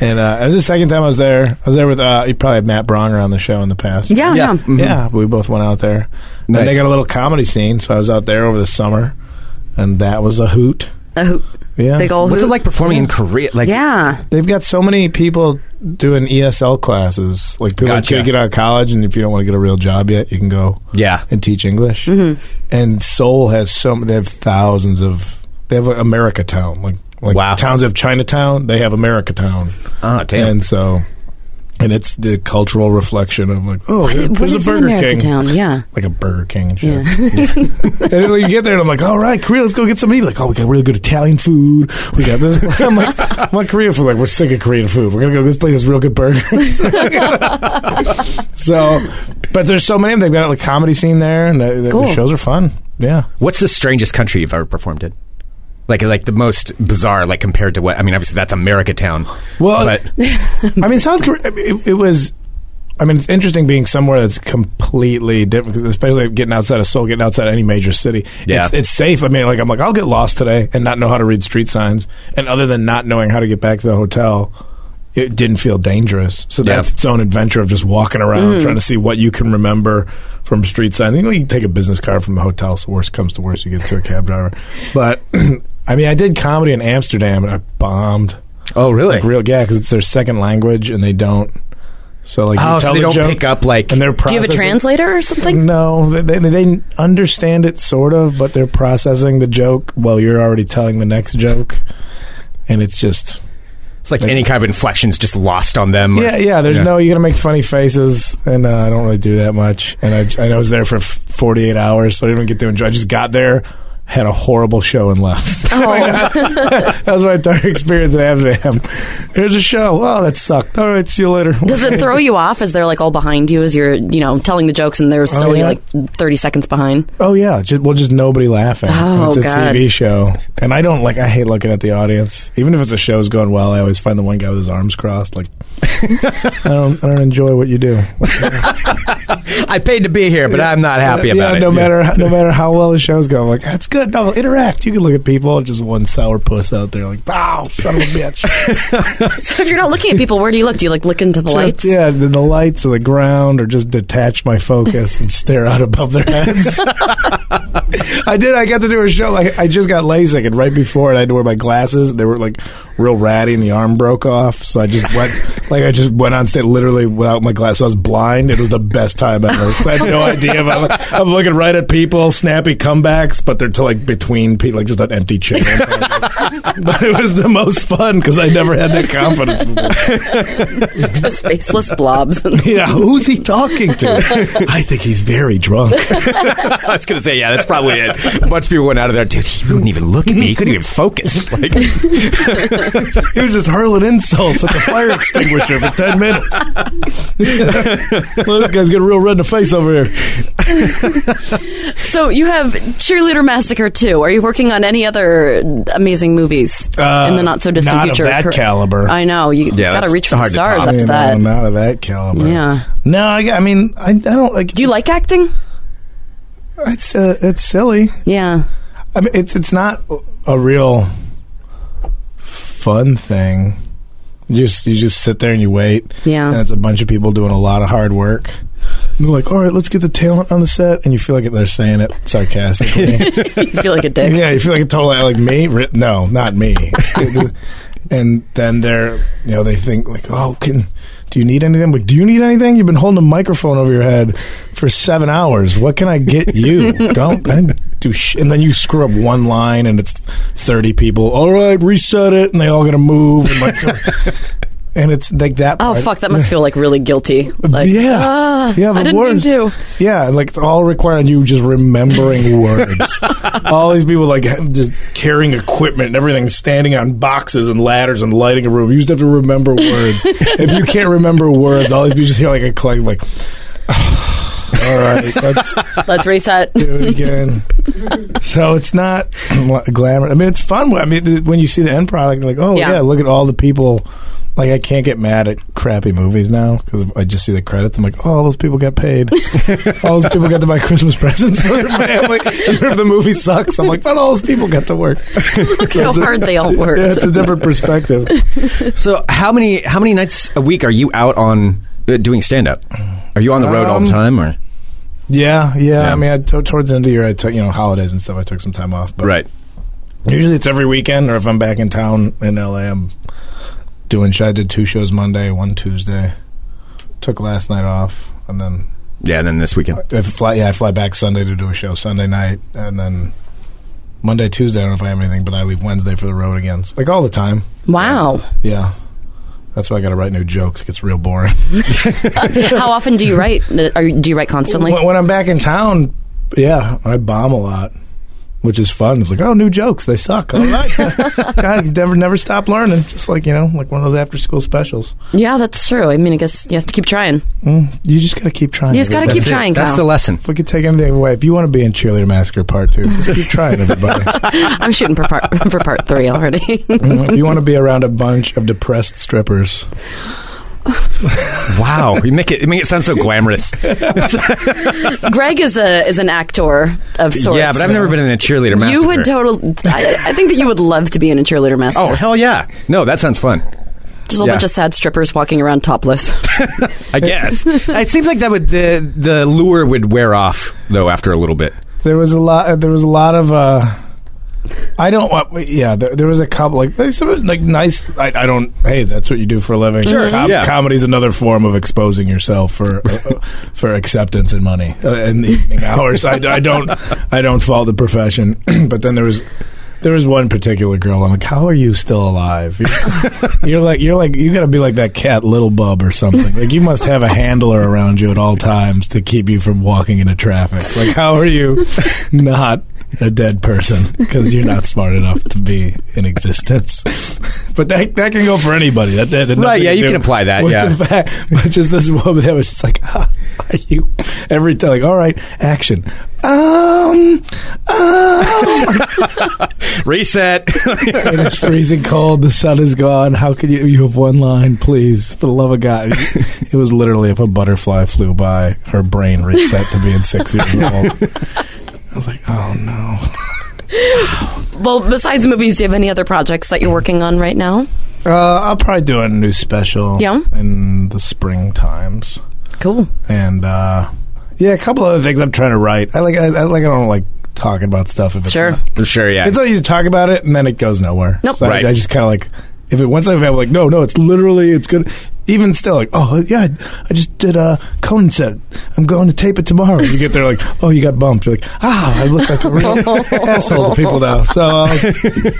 S8: And uh, it was the second time I was there. I was there with, uh, you probably had Matt Bronger on the show in the past.
S6: Oh,
S9: Yeah,
S1: Yeah.
S9: yeah.
S1: Mhm.
S8: Yeah, Mm-hmm. we both went out there.
S1: Nice.
S8: And they got a little comedy scene, so I was out there over the summer. And that was a hoot.
S6: A hoot.
S8: Yeah.
S6: Big old
S1: What's it
S6: hoot.
S1: like performing in Korea? Like,
S6: Yeah.
S8: They've got so many people doing ESL classes. Like people
S1: Gotcha.
S8: who get out of college, and if you don't want to get a real job yet, you can go
S1: yeah.
S8: and teach English.
S6: Mm-hmm.
S8: And Seoul has so they have thousands of they have like America Town like like
S1: Wow.
S8: towns have Chinatown they have America Town
S1: Oh, damn.
S8: and so and it's the cultural reflection of like oh there-
S6: What
S8: there's
S6: is
S8: a
S6: in
S8: Burger
S6: America
S8: King
S6: Town? Yeah.
S8: like a Burger King and shit. and then when you get there and I'm like all right Korea let's go get some eat like oh we got really good Italian food we got this I'm like I want Korean food like we're sick of Korean food we're gonna go this place has real good burgers. so but there's so many of them they've got like comedy scene there and the, the-
S9: Cool.
S8: the shows are fun yeah.
S1: What's the strangest country you've ever performed in? Like, like the most bizarre, like compared to what? I mean, obviously that's America Town.
S8: Well,
S1: but
S8: I mean, South Korea. I mean, It, it was. I mean, it's interesting being somewhere that's completely different, 'cause especially getting outside of Seoul, getting outside any major city.
S1: Yeah.
S8: It's, it's safe. I mean, like I'm like I'll get lost today and not know how to read street signs, and other than not knowing how to get back to the hotel, it didn't feel dangerous. So
S1: Yeah.
S8: that's its own adventure of just walking around trying to see what you can remember from street signs. I think like, you can take a business card from the hotel, so worst comes to worst, you get to a cab driver. But I mean, I did comedy in Amsterdam and I bombed.
S1: oh, really?
S8: Like real, yeah, because it's their second language and they don't. So like,
S1: oh,
S8: you tell
S1: so they
S8: the
S1: don't
S8: joke
S1: pick up like.
S8: and they're
S9: Do you have a translator or something?
S8: No, they, they they understand it sort of, but they're processing the joke while you're already telling the next joke, and it's just
S1: It's like any kind of inflection's just lost on them. or-
S8: yeah, yeah. There's
S1: Yeah.
S8: no you got to make funny faces, and uh, I don't really do that much. And I I was there for 48 hours, so I didn't get to enjoy. I just got there. Had a horrible show and left.
S9: Oh.
S8: that was my entire experience at Amsterdam. Here's a show. Oh, that sucked. All right, see you later.
S9: Does it throw you off as they're like all behind you as you're, you know, telling the jokes and they're still
S8: Oh, yeah.
S9: like 30 seconds behind?
S8: Oh yeah, just, well, just nobody laughing.
S9: Oh,
S8: it's a
S9: God.
S8: TV show, and I don't like. I hate looking at the audience, even if it's a show's going well. I always find the one guy with his arms crossed. Like, I don't, I don't enjoy what you do.
S1: I paid to be here, but I'm not happy
S8: yeah,
S1: about it.
S8: no matter how, no matter how well the show's going, I'm like that's good. No, interact. You can look at people. Just one sour puss out there, like, wow, son of a bitch.
S9: So if you're not looking at people, where do you look? Do you like look into the lights?
S8: Just, yeah, then the lights or the ground, or just detach my focus and stare out above their heads. I did. I got to do a show. Like I just got LASIK, and right before it, I had to wear my glasses. They were like real ratty, and the arm broke off. So I just went, like I just went on stage literally without my glasses. So I was blind. It was the best time ever. 'Cause I had no idea. If I'm, I'm looking right at people, snappy comebacks, but they're to like between people, like just an empty chair. but it was the most fun because I never had that confidence before.
S9: Just faceless blobs.
S8: Yeah, who's he talking to? I think he's very drunk.
S1: I was going to say, yeah, that's probably it. A bunch of people went out of there, dude, he wouldn't even look at me. He couldn't even focus. Like,
S8: he was just hurling insults at the fire extinguisher for ten minutes. well, this guy's getting real red in the face over here.
S9: So you have Cheerleader Massacre 2. Are you working on any other amazing movies
S8: Uh,
S9: in the not so distant
S8: not of
S9: future?
S8: that
S9: Cor-
S8: caliber.
S9: I know. You
S1: Yeah,
S9: got to
S1: that's
S9: reach for the
S1: hard to
S9: stars
S1: top.
S9: after
S8: You know,
S9: that.
S8: not of that caliber.
S9: Yeah.
S8: No, I, I mean, I, I don't like.
S9: Do you like acting?
S8: It's uh, it's silly.
S9: Yeah.
S8: I mean, it's it's not a real fun thing. You just you just sit there and you wait.
S9: Yeah.
S8: and it's a bunch of people doing a lot of hard work. And they're like, "All right, let's get the talent on the set," and you feel like they're saying it sarcastically.
S9: You feel like a dick.
S8: yeah, you feel like a total like me. Re- No, not me. and then they're you know they think like, "Oh, can do you need anything?" But do you need anything? You've been holding a microphone over your head for seven hours. What can I get you? Don't I didn't do sh-. And then you screw up one line, and it's thirty people. All right, reset it, and they all got to move. And, like, and it's like that.
S9: Oh,
S8: part.
S9: fuck. That must feel like really guilty. Like,
S8: yeah,
S9: ah,
S8: yeah, the
S9: I didn't
S8: worst.
S9: mean to.
S8: Yeah, and, like it's all requiring you just remembering words. all these people like ha- just carrying equipment and everything, standing on boxes and ladders and lighting a room. You just have to remember words. if you can't remember words, all these people just hear like a collect like. all right, let's
S9: Let's reset.
S8: do it again. so it's not glamour. I mean, it's fun. I mean, th- when you see the end product, you're like, oh yeah.
S9: Yeah.
S8: look at all the people. Like I can't get mad at crappy movies now because I just see the credits. I'm like, oh, all those people got paid. all those people got to buy Christmas presents for their family. Even if the movie sucks, I'm like, but all those people got to work.
S9: Look how hard they all worked.
S8: Yeah, it's a different perspective.
S1: So how many how many nights a week are you out on uh, doing stand up? Are you on the road all the
S8: Um,
S1: time or
S8: Yeah, yeah.
S1: Yeah.
S8: I mean, I t- towards the end of the year, I took you know holidays and stuff. I took some time off, but Usually it's every weekend, or if I'm back in town in LA, I'm doing. sh- I did two shows Monday, one Tuesday. Took last night off, and then
S1: Yeah, and then this weekend.
S8: I fly. Yeah, I fly back Sunday to do a show Sunday night, and then Monday, Tuesday. I don't know if I have anything, but I leave Wednesday for the road again. It's like all the time.
S9: Wow.
S8: Yeah, that's why I got to write new jokes. It gets real boring.
S9: How often do you write? Are, you- do you write constantly?
S8: when, when I'm back in town, yeah, I bomb a lot, which is fun. It's like, oh, new jokes. They suck. All right. God, you never, never stop learning. Just like, you know, like one of those after school specials. Mm,
S9: Yeah, that's true. I mean, I guess you have to keep trying.
S8: You just got to keep trying.
S9: You just got to
S8: everybody.
S9: keep trying,
S1: That's
S9: Kyle.
S1: the lesson.
S8: If we could take anything away, if you want to be in Cheerleader Massacre Part 2, just keep trying, everybody.
S9: I'm shooting for part, for part three already.
S8: You know, Mm, if you want to be around a bunch of depressed strippers,
S1: Wow, you make it you make it sound so glamorous.
S9: Greg is a is an actor of sorts.
S1: yeah, but I've never been in a cheerleader massacre.
S9: You would totally. I, I think that you would love to be in a cheerleader master.
S1: Oh hell yeah! No, that sounds fun.
S9: just a
S1: yeah.
S9: bunch of sad strippers walking around topless.
S1: I guess it seems like that would the the lure would wear off though after a little bit.
S8: there was a lot. There was a lot of. Uh, I don't. want- Yeah, there, there was a couple like like, some, like nice. I, I don't. Hey, that's what you do for a living. Sure.
S1: Yeah.
S8: Comedy's another form of exposing yourself for uh, uh, for acceptance and money uh, in the evening hours. I, I don't. I don't fault the profession. but then there was. There was one particular girl. I'm like, how are you still alive? You're, you're like, you're like, you got to be like that cat, little bub, or something. Like, you must have a handler around you at all times to keep you from walking into traffic. Like, how are you not a dead person because you're not smart enough to be in existence? But that that can go for anybody. That, that had
S1: Right,
S8: nothing
S1: yeah,
S8: to
S1: you
S8: do
S1: can apply that,
S8: with
S1: yeah.
S8: the fact, but just this woman that was just like, "Ah, are you every time? Like, all right, action. Um, um,
S1: Reset.
S8: and it's freezing cold. The sun is gone. How can you? You have one line, please, for the love of God. It was literally if a butterfly flew by, her brain reset to being six years old. I was like, oh no.
S9: well, besides movies, do you have any other projects that you're working on right now?
S8: Uh, I'll probably do a new special
S9: Yeah.
S8: in the spring times.
S9: Cool.
S8: and uh, yeah, a couple other things I'm trying to write. I like I, I like I don't like talking about stuff if it's
S9: Sure.
S8: not-
S1: sure, yeah.
S8: it's not easy to talk about it and then it goes nowhere.
S9: Nope.
S8: So I-
S1: Right.
S8: I, just kind of like if it once I've I'm like no no it's literally it's good. even still, like, oh yeah, I just did a Conan set. I'm going to tape it tomorrow. You get there, like, oh, you got bumped. You're like, ah, I look like a real asshole to people now. So I'll,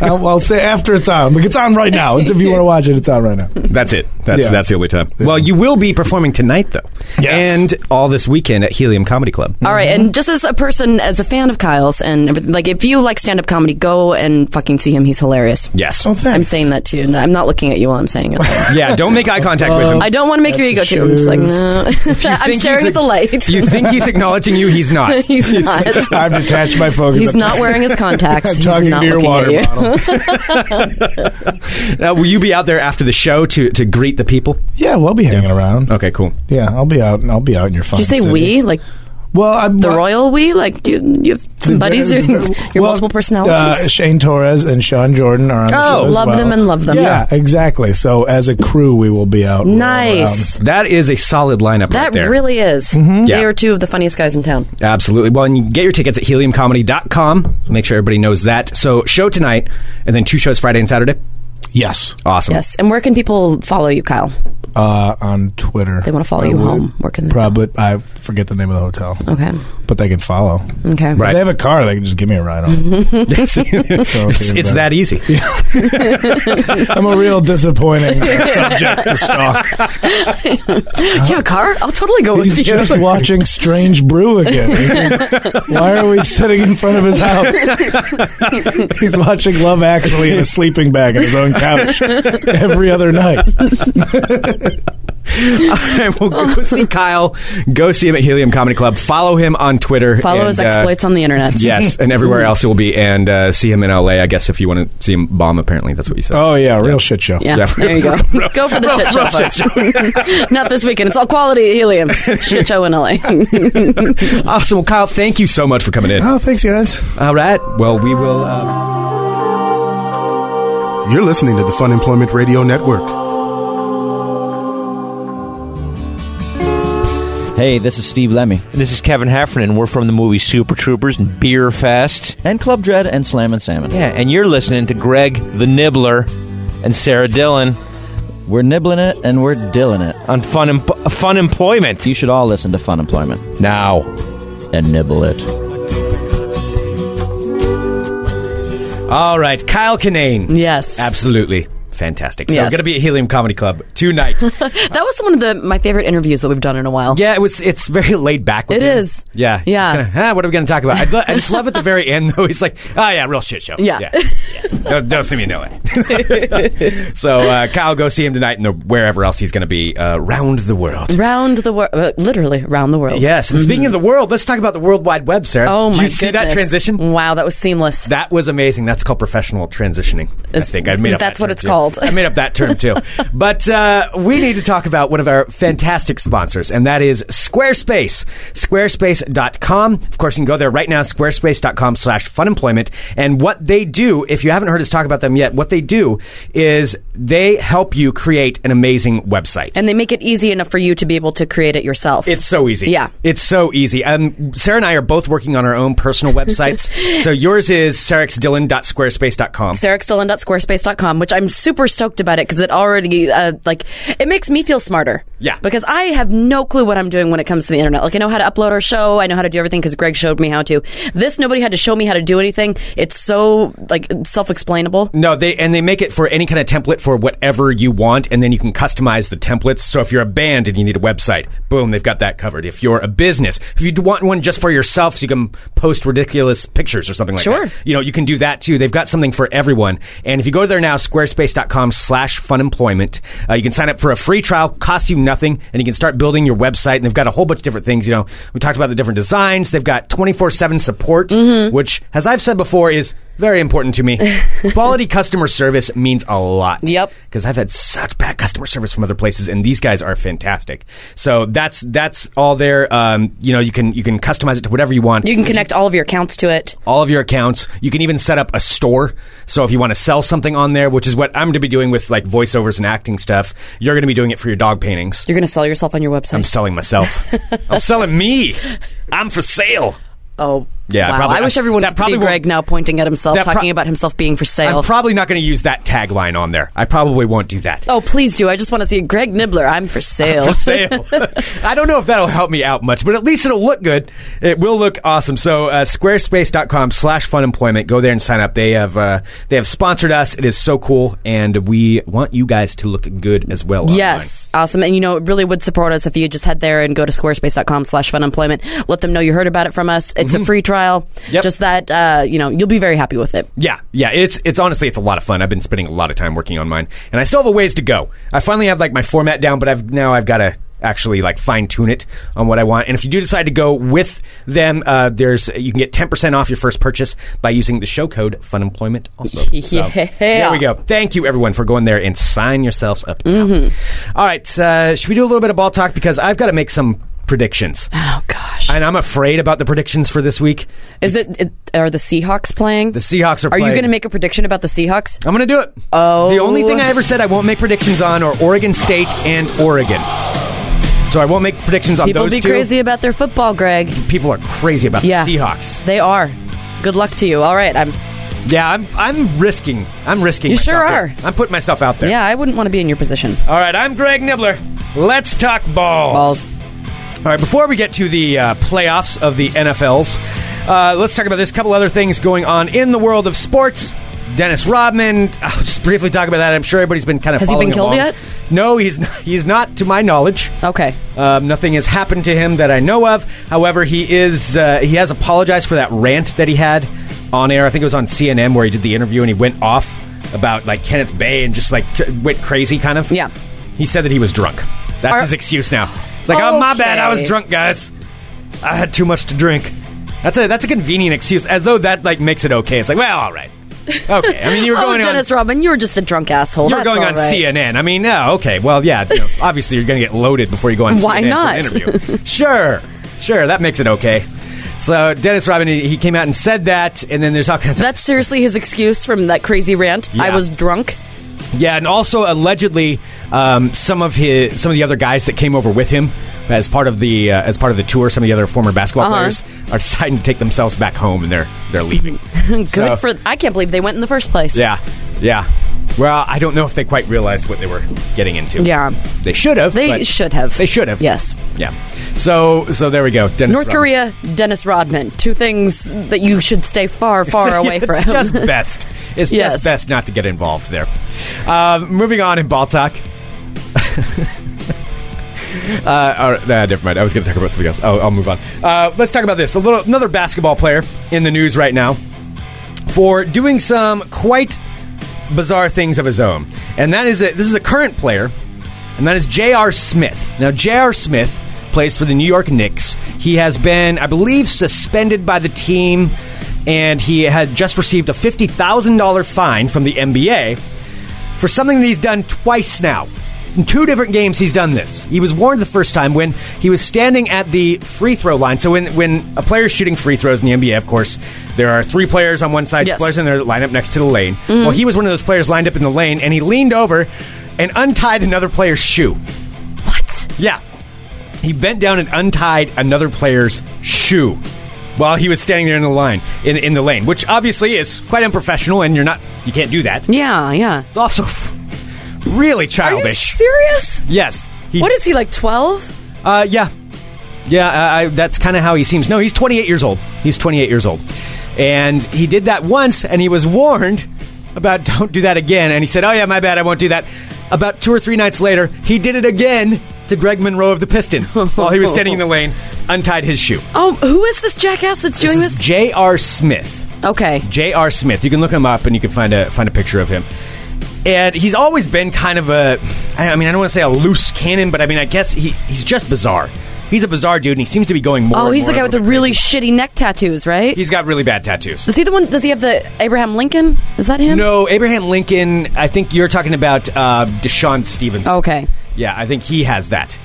S8: I'll, I'll say after it's on. Like it's on right now. It's if you want to watch it, it's on right now.
S1: That's it. That's
S8: Yeah.
S1: that's the only time. Well, you will be performing tonight though,
S8: Yes.
S1: and all this weekend at Helium Comedy Club.
S6: All right, and just as a person, as a fan of Kyle's and everything, like if you like stand up comedy, go and fucking see him. He's hilarious.
S1: Yes.
S8: Oh, thanks.
S6: I'm saying that to you. No, I'm not looking at you while I'm saying it.
S1: yeah. Don't make eye contact with
S8: Uh,
S1: him.
S6: I don't want to make your ego too. I'm just like, no.
S1: You think
S6: I'm
S1: he's
S6: staring
S1: a-
S6: at the light.
S1: you think he's acknowledging you? He's not.
S6: He's not.
S8: I've detached my focus.
S6: He's
S8: I'm
S6: not wearing his contacts.
S8: I'm
S6: He's
S8: talking
S6: not
S8: to your
S6: looking
S8: water
S6: at you.
S8: bottle.
S1: Now, Uh, will you be out there after the show to to greet the people?
S8: Yeah, we'll be hanging around.
S1: Okay, cool.
S8: Yeah, I'll be out. I'll be out in your fun.
S6: Did you say
S8: city.
S6: we? Like
S8: Well, I'm
S6: the royal we? Like you, you have some buddies or your multiple
S8: Uh,
S6: personalities?
S8: Shane Torres and Sean Jordan are on the
S1: Oh.
S8: show as
S6: Love
S8: well.
S6: them and love them.
S8: Yeah, exactly. So as a crew, we will be out. Um,
S6: nice.
S1: That is a solid lineup right
S6: That
S1: there.
S6: really is.
S8: Mm-hmm.
S1: Yeah.
S6: They are two of the funniest guys in town.
S1: Absolutely. Well, and you can get your tickets at heliumcomedy.com. Make sure everybody knows that. So, show tonight and then two shows Friday and Saturday.
S8: Yes,
S1: Awesome.
S6: Yes. And where can people follow you, Kyle?
S8: uh, on Twitter.
S6: They wanna follow you home. Where can they
S8: probably? I forget the name of the hotel,
S6: Okay.
S8: but they can follow.
S6: Okay.
S8: If
S1: Right.
S8: they have a car, they can just give me a ride on.
S1: it's it's that easy.
S8: I'm a real disappointing subject to stalk.
S6: Yeah, car. I'll totally go
S8: He's
S6: with you.
S8: just watching Strange Brew again. Why are we sitting in front of his house? He's watching Love Actually in a sleeping bag on his own couch every other night.
S1: And we'll go see Kyle. Go see him at Helium Comedy Club. Follow him on Twitter.
S6: Follow
S1: and,
S6: his
S1: uh,
S6: exploits on the internet.
S1: yes, and everywhere else he will be. And uh, see him in LA, I guess, if you want to see him bomb, apparently. That's what you said.
S8: Oh yeah, real
S1: Yeah.
S8: shit show.
S6: Yeah,
S1: Yeah.
S6: there you go. go for the shit show. folks. Not this weekend. It's all quality helium. Shit show in LA.
S1: Awesome. Well, Kyle, thank you so much for coming in.
S8: Oh, thanks guys.
S1: All right. Well, we will. Uh,
S10: You're listening to the Fun Employment Radio Network.
S11: Hey, this is Steve Lemmy.
S7: This is Kevin Heffernan. We're from the movie Super Troopers and Beer Fest.
S11: And Club Dread and Slam and Salmon.
S7: Yeah, and you're listening to Greg the Nibbler and Sarah Dillon
S11: We're nibbling it and we're dilling it.
S7: on Fun em- Fun Employment.
S11: You should all listen to Fun Employment
S7: Now,
S11: and nibble it.
S1: All right, Kyle Kinane.
S6: Yes.
S1: Absolutely. Fantastic. So
S6: Yes.
S1: going to be at Helium Comedy Club tonight.
S6: That was one of the my favorite interviews that we've done in a while.
S1: yeah, it was. It's very laid back. With
S6: It
S1: him.
S6: is.
S1: Yeah. he's
S6: Yeah.
S1: just kinda, "Ah, what are we going to talk about? I'd lo- I just love at the very end though. He's like, oh yeah, real shit show.
S6: Yeah.
S1: yeah. yeah. Don't, don't see me no way. so uh, Kyle, go see him tonight and the- wherever else he's going to be uh, around the world.
S6: Round the world. Uh, literally, round the world. Mm-hmm.
S1: Yes. And speaking of the world, let's talk about the World Wide Web, Sarah.
S6: Oh, my
S1: Did you see that
S6: goodness.
S1: transition?
S6: Wow, that was seamless.
S1: That was amazing. That's called professional transitioning. I
S6: Is-
S1: think I made up.
S6: that's
S1: that
S6: what
S1: term,
S6: it's
S1: too.
S6: called.
S1: I made up that term too. But uh, we need to talk about one of our fantastic sponsors, and that is Squarespace. Squarespace.com. Of course, you can go there right now. Squarespace.com/funemployment. slash funemployment. And what they do, if you haven't heard us talk about them yet, what they do is they help you create an amazing website.
S6: and they make it easy enough for you to be able to create it yourself.
S1: It's so easy.
S6: Yeah.
S1: It's so easy. Um, Sarah and I are both working on our own personal websites. so yours is sarahxdillon.squarespace.com.
S6: sarahxdillon.squarespace.com, which I'm super stoked about it because it already, uh, like, it makes me feel smarter.
S1: Yeah.
S6: Because I have no clue what I'm doing when it comes to the internet. Like, I know how to upload our show. I know how to do everything because Greg showed me how to. This, nobody had to show me how to do anything. It's so, like, self-explainable.
S1: No, they and they make it for any kind of template for whatever you want, and then you can customize the templates. So if you're a band and you need a website, boom, they've got that covered. If you're a business, if you want one just for yourself, so you can post ridiculous pictures or something like
S6: Sure.
S1: that, you know, you can do that too. They've got something for everyone. And if you go there now, squarespace.com/slash funemployment, uh, you can sign up for a free trial, costs you nothing, and you can start building your website. And they've got a whole bunch of different things. You know, we talked about the different designs. They've got 24/7 support, which, as I've said before, is very important to me. Quality customer service means a lot.
S6: Yep.
S1: Because I've had such bad customer service from other places, and these guys are fantastic. So that's that's all there. Um, you know, you can you can customize it to whatever you want
S6: You can connect all of your accounts to it.
S1: all of your accounts. You can even set up a store. So if you want to sell something on there, which is what I'm going to be doing with like voiceovers and acting stuff, you're going to be doing it for your dog paintings.
S6: You're going to sell yourself on your website.
S1: I'm selling myself. I'm selling me. I'm for sale.
S6: oh,
S1: Yeah,
S6: wow.
S1: probably-
S6: I wish everyone
S1: that
S6: could
S1: probably
S6: see
S1: won't-
S6: Greg now pointing at himself,
S1: That pro-
S6: talking about himself being for sale.
S1: I'm probably not going to use that tagline on there. I probably won't do that.
S6: oh, please do. I just want to see Greg Nibbler. I'm for sale.
S1: For sale. I don't know if that'll help me out much, but at least it'll look good. It will look awesome. So uh, squarespace.com slash funemployment. Go there and sign up. They have uh, they have sponsored us. It is so cool, and we want you guys to look good as well. online.
S6: Yes, awesome. And you know, it really would support us if you just head there and go to squarespace.com slash funemployment. Let them know you heard about it from us. It's a free trial.
S1: Mm-hmm. Yep.
S6: Just that, uh, you know, you'll be very happy with it.
S1: Yeah, yeah. It's it's honestly it's a lot of fun. I've been spending a lot of time working on mine, and I still have a ways to go. I finally have like my format down, but I've now I've got to actually like fine tune it on what I want. And if you do decide to go with them, uh, there's you can get ten percent off your first purchase by using the show code Funemployment. Also, So,
S6: Yeah.
S1: there we go. Thank you everyone for going there and sign yourselves up. now.
S6: Mm-hmm.
S1: All right, uh, should we do a little bit of ball talk because I've got to make some predictions,
S6: Oh, gosh.
S1: and I'm afraid about the predictions for this week.
S6: Is it, it are the Seahawks playing?
S1: The Seahawks are.
S6: are you
S1: playing- Uh,
S6: going to make a prediction about the Seahawks?
S1: I'm gonna do it.
S6: Oh.
S1: The only thing I ever said I won't make predictions on are Oregon State and Oregon. So I won't make predictions on
S6: People
S1: those
S6: be
S1: two.
S6: crazy about their football, Greg.
S1: People are crazy about
S6: Yeah.
S1: the Seahawks.
S6: They are. Good luck to you. All right. I'm,
S1: Yeah, I'm I'm risking. I'm risking.
S6: You
S1: myself
S6: sure
S1: here.
S6: are.
S1: I'm putting myself out there.
S6: yeah, I wouldn't want to be in your position.
S1: All right, I'm Greg Nibbler. Let's talk balls.
S6: Balls.
S1: All right, before we get to the uh, playoffs of the NFLs, uh, let's talk about this couple other things going on in the world of sports. Dennis Rodman, I'll just briefly talk about that. I'm sure everybody's been kind of
S6: Has he been
S1: following
S6: killed
S1: along.
S6: yet?
S1: No, he's not, he's not to my knowledge.
S6: Okay.
S1: Um, nothing has happened to him that I know of. However, he is uh, he has apologized for that rant that he had on air. I think it was on CNN where he did the interview and he went off about like Kenneth Bay and just like t- went crazy kind of.
S6: Yeah.
S1: He said that he was drunk. That's
S6: Are-
S1: his excuse now. It's like, oh my bad, I was
S6: Okay.
S1: drunk, guys. I had too much to drink. That's a that's a convenient excuse, as though that like makes it okay. It's like, well, all right, okay. I mean, you were
S6: Oh,
S1: going on
S6: Dennis Robin, you were just a drunk asshole.
S1: you were
S6: That's
S1: going
S6: all
S1: on
S6: right.
S1: CNN. I mean, no, okay, well, yeah. you know, obviously, you're going to get loaded before you go on
S6: Why
S1: CNN
S6: not?
S1: for an interview. sure, sure, that makes it okay. So Dennis Robin, he he came out and said that, and then there's all kinds of
S6: That's seriously his excuse from that crazy rant. I
S1: Yeah.
S6: was drunk.
S1: yeah, and also allegedly um, some of his some of the other guys that came over with him as part of the uh, as part of the tour, some of the other former basketball
S6: Uh-huh.
S1: players are deciding to take themselves back home, and they're they're leaving.
S6: Good
S1: So-
S6: for. I can't believe they went in the first place.
S1: yeah, yeah. Well, I don't know if they quite realized what they were getting into.
S6: Yeah.
S1: they should have.
S6: They
S1: but-
S6: should have.
S1: They should have.
S6: Yes.
S1: Yeah. So so there we go. Dennis
S6: North
S1: Rodman.
S6: Korea, Dennis Rodman. Two things that you should stay far, far away
S1: it's
S6: from.
S1: just best. It's
S6: Yes.
S1: just best not to get involved there. Um, moving on in ball talk. uh, all right, nah, never mind. I was going to talk about something else. Oh, I'll, I'll move on. Uh, let's talk about this. A little another basketball player in the news right now for doing some quite bizarre things of his own, and that is a, this is a current player, and that is J.R. Smith. Now J.R. Smith plays for the New York Knicks. He has been, I believe, suspended by the team, and he had just received a fifty thousand dollar fine from the NBA for something that he's done twice now. In two different games, he's done this. He was warned the first time when he was standing at the free throw line. So when when a player's shooting free throws in the NBA, of course, there are three players on one side, two
S6: Yes.
S1: players in their lineup next to the lane.
S6: Mm-hmm.
S1: Well, he was one of those players lined up in the lane, and he leaned over and untied another player's shoe.
S6: what?
S1: Yeah. He bent down and untied another player's shoe while he was standing there in the line in, in the lane, which obviously is quite unprofessional and you're not you can't do that.
S6: Yeah, yeah.
S1: It's also f- really
S6: Are you
S1: childish.
S6: serious?
S1: yes. He,
S6: What is he like? Twelve?
S1: Uh, yeah, yeah. uh, I, I, that's kind of how he seems. No, he's 28 years old. He's 28 years old, and he did that once, and he was warned about don't do that again. And he said, "Oh yeah, my bad. I won't do that." About two or three nights later, he did it again to Greg Monroe of the Pistons while he was standing in the lane, untied his shoe.
S6: Oh, who is this jackass that's doing
S1: This is
S6: this?
S1: J.R. Smith.
S6: okay.
S1: J.R. Smith. You can look him up and you can find a find a picture of him. And he's always been kind of a I I mean, I don't want to say a loose cannon, but I mean, I guess he he's just bizarre. He's a bizarre dude and he seems to be going more
S6: Oh,
S1: and
S6: he's the
S1: more
S6: guy
S1: a
S6: with the
S1: little bit
S6: really
S1: crazy.
S6: shitty neck tattoos, right?
S1: He's got really bad tattoos.
S6: Is he the one? Does he have the Abraham Lincoln? Is that him?
S1: No, Abraham Lincoln, I think you're talking about uh Deshaun Stevens.
S6: Okay.
S1: Yeah, I think he has that.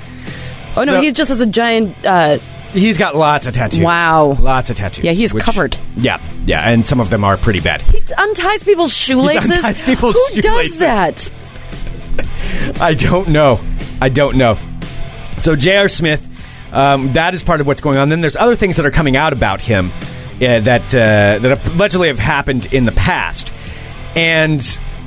S6: Oh no,
S1: So-
S6: he just has a giant. Uh,
S1: He's got lots of tattoos.
S6: Wow.
S1: Lots of tattoos.
S6: Yeah, he's covered.
S1: Yeah, yeah, and some of them are pretty bad.
S6: he unties people's shoelaces.
S1: unties people's
S6: who
S1: shoelaces.
S6: does that?
S1: I don't know. I don't know. So J.R. Smith, um, that is part of what's going on. Then there's other things that are coming out about him uh, that uh, that allegedly have happened in the past. And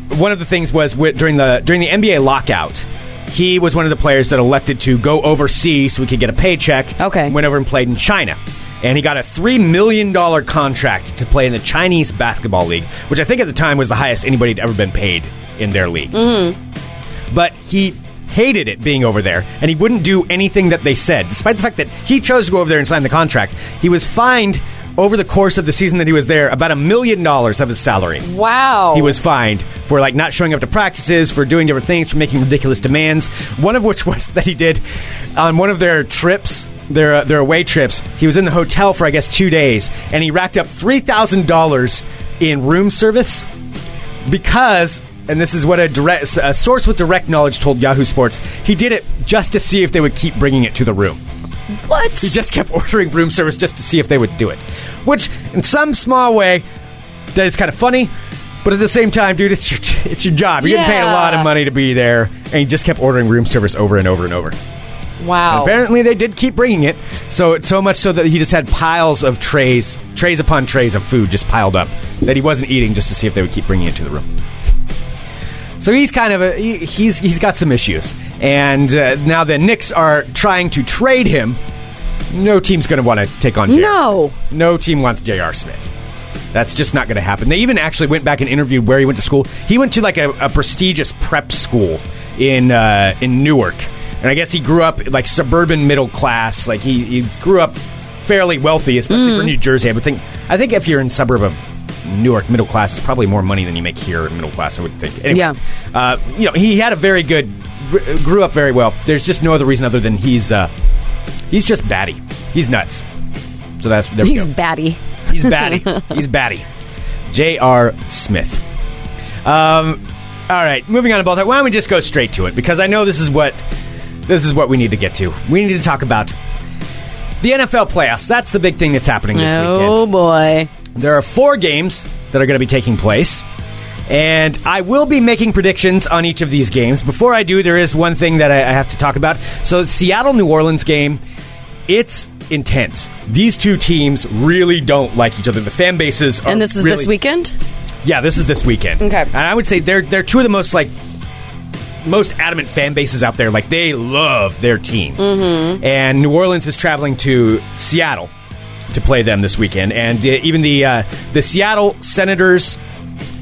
S1: one of the things was wi- during the during the NBA lockout, he was one of the players that elected to go overseas so he could get a paycheck.
S6: Okay.
S1: went over and played in China. And he got a three million dollar contract to play in the Chinese basketball league, which I think at the time was the highest anybody had ever been paid in their league but he hated it being over there and he wouldn't do anything that they said despite the fact that he chose to go over there and sign the contract he was fined over the course of the season that he was there about a million dollars of his salary
S10: Wow.
S1: he was fined for like not showing up to practices for doing different things for making ridiculous demands one of which was that he did on one of their trips their, uh, their away trips he was in the hotel for i guess two days and he racked up $3000 in room service because and this is what a direct a source with direct knowledge told Yahoo Sports. He did it just to see if they would keep bringing it to the room.
S6: What?
S1: He just kept ordering room service just to see if they would do it, which in some small way that is kind of funny. But at the same time, dude, it's your it's your job. You're getting paid a
S10: Yeah.
S1: lot of money to be there, and he just kept ordering room service over and over and over.
S10: Wow.
S1: Apparently, they did keep bringing it. So so much so that he just had piles of trays, trays upon trays of food just piled up that he wasn't eating just to see if they would keep bringing it to the room. So he's kind of a he, he's he's got some issues, and uh, now the Knicks are trying to trade him. No team's going to want to take on J.R.
S6: No.
S1: Smith. no team wants J.R. Smith. That's just not going to happen. They even actually went back and interviewed where he went to school. He went to like a, a prestigious prep school in uh, in Newark, and I guess he grew up like suburban middle class. Like he, he grew up fairly wealthy, especially
S6: Mm.
S1: for New Jersey. I would think I think if you're in suburb of Newark, middle class is probably more money than you make here in middle class. I would think. Anyway,
S6: Yeah.
S1: uh, you know, he had a very good, gr- grew up very well. There's just no other reason other than he's uh, he's just batty. He's nuts. So that's there we
S6: He's
S1: go.
S6: batty.
S1: He's batty. He's batty. J.R. Smith. Um, all right, moving on to Baltimore. Why don't we just go straight to it? Because I know this is what this is what we need to get to. We need to talk about the NFL playoffs. That's the big thing that's happening this weekend.
S6: Oh boy.
S1: There are four games that are going to be taking place. And I will be making predictions on each of these games. Before I do, there is one thing that I, I have to talk about. So, Seattle New Orleans game, it's intense. These two teams really don't like each other. The fan bases are.
S6: And this is
S1: Oh, really-
S6: this weekend?
S1: Yeah, this is this weekend.
S6: Okay.
S1: And I would say they're they're two of the most like most adamant fan bases out there. Like they love their team. Mm-hmm. And New Orleans is traveling to Seattle to play them this weekend. And uh, even the uh, the Seattle Senators.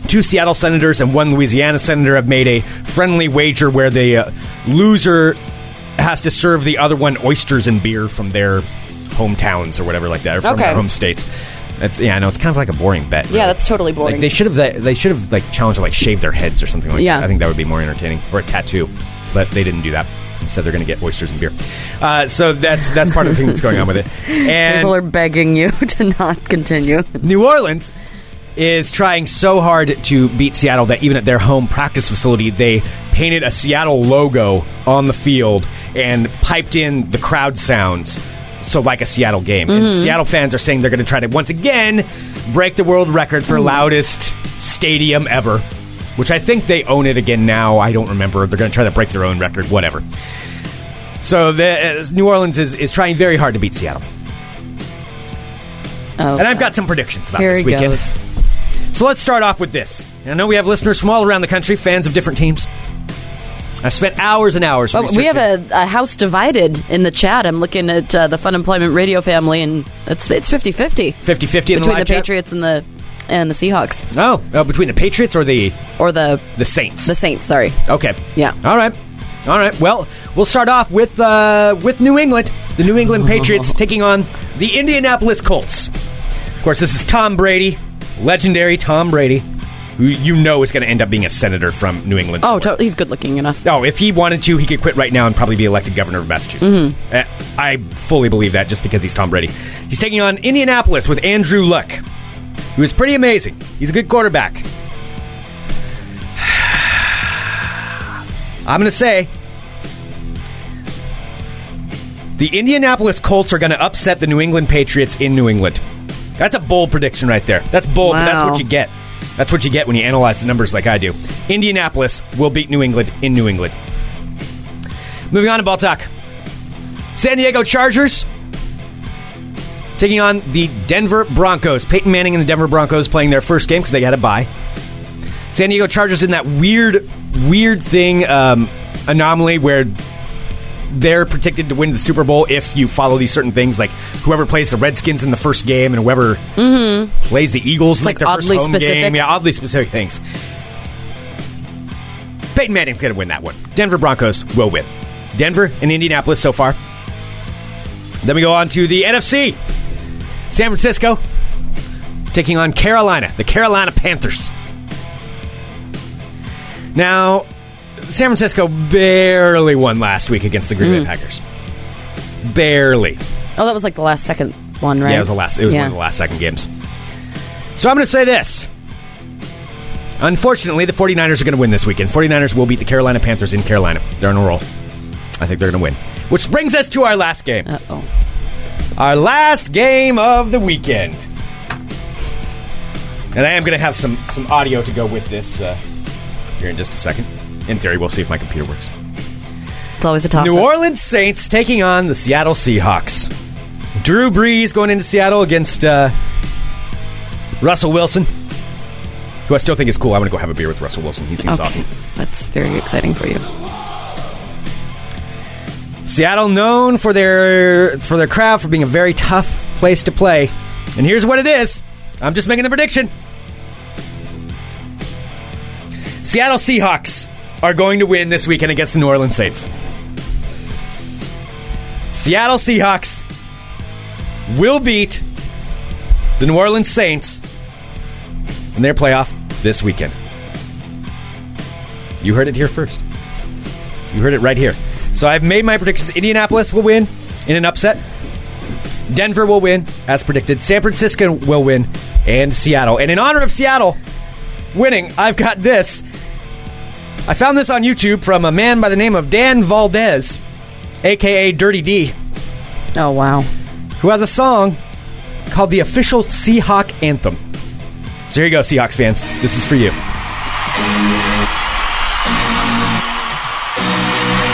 S1: Two Seattle senators and one Louisiana senator have made a friendly wager where the uh, loser has to serve the other one oysters and beer from their hometowns or whatever like that, or from
S6: Okay.
S1: their home states. That's yeah, I know it's kind of like a boring bet.
S6: Yeah,
S1: really.
S6: that's totally boring.
S1: Like, they should have they should have like challenged to like shave their heads or something like
S6: Yeah.
S1: that. I think that would be more entertaining or a tattoo, but they didn't do that. Instead, they're going to get oysters and beer. Uh, so that's that's part of the thing that's going on with it. And
S6: People are begging you to not continue.
S1: New Orleans is trying so hard to beat Seattle that even at their home practice facility, they painted a Seattle logo on the field and piped in the crowd sounds. So, like a Seattle game. And
S6: Mm-hmm.
S1: Seattle fans are saying they're going to try to once again break the world record
S6: Mm.
S1: for loudest stadium ever, which I think they own it again now. I don't remember. They're going to try to break their own record, whatever. So, the, uh, New Orleans is, is trying very hard to beat Seattle.
S6: Oh,
S1: And I've got some predictions about
S6: Here
S1: this
S6: he
S1: weekend.
S6: goes.
S1: So let's start off with this. I know we have listeners from all around the country, fans of different teams. I spent hours and hours.
S6: Oh, we have
S1: researching-
S6: a, a house divided in the chat. I'm looking at uh, the Fun Employment Radio family, and it's it's 50
S1: 50-50
S6: 50
S1: in the
S6: between the,
S1: live chat?
S6: Patriots and the and the Seahawks
S1: Oh, uh, between the Patriots or the
S6: or the
S1: the Saints.
S6: the Saints. Sorry,
S1: okay.
S6: Yeah.
S1: All right. All right. Well, we'll start off with uh, with New England, the New England Patriots taking on the Indianapolis Colts. Of course, this is Tom Brady, legendary Tom Brady, who you know is going to end up being a senator from New England.
S6: oh,
S1: somewhere.
S6: to- he's good looking enough.
S1: No, if he wanted to, he could quit right now and probably be elected governor of Massachusetts. Uh, I fully believe that just because he's Tom Brady. He's taking on Indianapolis with Andrew Luck, who is pretty amazing. He's a good quarterback. I'm going to say the Indianapolis Colts are going to upset the New England Patriots in New England. That's a bold prediction right there. That's bold, but that's
S6: Wow.
S1: what you get. That's what you get when you analyze the numbers like I do. Indianapolis will beat New England in New England. Moving on to ball talk. San Diego Chargers taking on the Denver Broncos. Peyton Manning and the Denver Broncos playing their first game because they had a bye. San Diego Chargers in that weird, weird thing um, anomaly where they're predicted to win the Super Bowl if you follow these certain things, like whoever plays the Redskins in the first game and whoever plays the Eagles in, like,
S6: Mm-hmm. like
S1: their
S6: oddly
S1: first home
S6: specific.
S1: game. Yeah, oddly specific things. Peyton Manning's going to win that one. Denver Broncos will win. Denver and Indianapolis so far. Then we go on to the NFC. San Francisco taking on Carolina, the Carolina Panthers. Now, San Francisco barely won last week against the
S6: Hmm.
S1: Green Bay Packers. Barely.
S6: Oh, that was like the last second one, right?
S1: Yeah, it was the last. It was
S6: Yeah.
S1: one of the last second games. So I'm going to say this. Unfortunately, the 49ers are going to win this weekend. 49ers will beat the Carolina Panthers in Carolina. They're on a roll. I think they're going to win. Which brings us to our last game.
S6: Uh-oh.
S1: Our last game of the weekend. And I am going to have some, some audio to go with this uh, here in just a second. In theory, we'll see if my computer works.
S6: It's always a toss.
S1: New Orleans Saints taking on the Seattle Seahawks. Drew Brees going into Seattle against uh, Russell Wilson, who I still think is cool. I want to go have a beer with Russell Wilson. He seems
S6: Okay.
S1: awesome.
S6: That's very exciting for you.
S1: Seattle known for their for their crowd for being a very tough place to play. And here's what it is. I'm just making the prediction. Seattle Seahawks are going to win this weekend against the New Orleans Saints. Seattle Seahawks will beat the New Orleans Saints in their playoff this weekend. You heard it here first. You heard it right here. So I've made my predictions. Indianapolis will win in an upset. Denver will win, as predicted. San Francisco will win, and Seattle. And in honor of Seattle winning, I've got this. I found this on YouTube from a man by the name of Dan Valdez, aka Dirty D,
S6: Oh wow.
S1: who has a song called the official Seahawk anthem. So here you go, Seahawks fans. This is for you.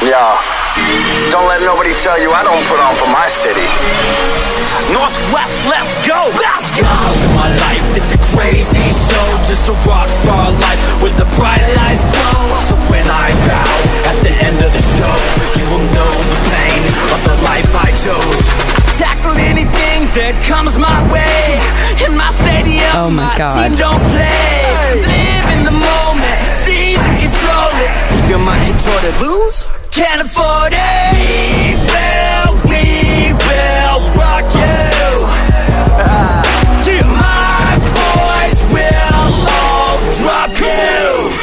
S10: Y'all, don't let nobody tell you I don't put on for my city. Northwest, let's go! Let's go! To my life, it's a crazy show, just a rock star life with the bright lights glow. So when I bow at the end of the show, you will know the pain of the life I chose. Tackle anything that comes my way in my stadium.
S6: Oh, my
S10: team
S6: God.
S10: don't play. Live in the moment, seize and control it. Even my contorted blues can't afford it. We will, we will rock you. Ah. My boys will all drop you.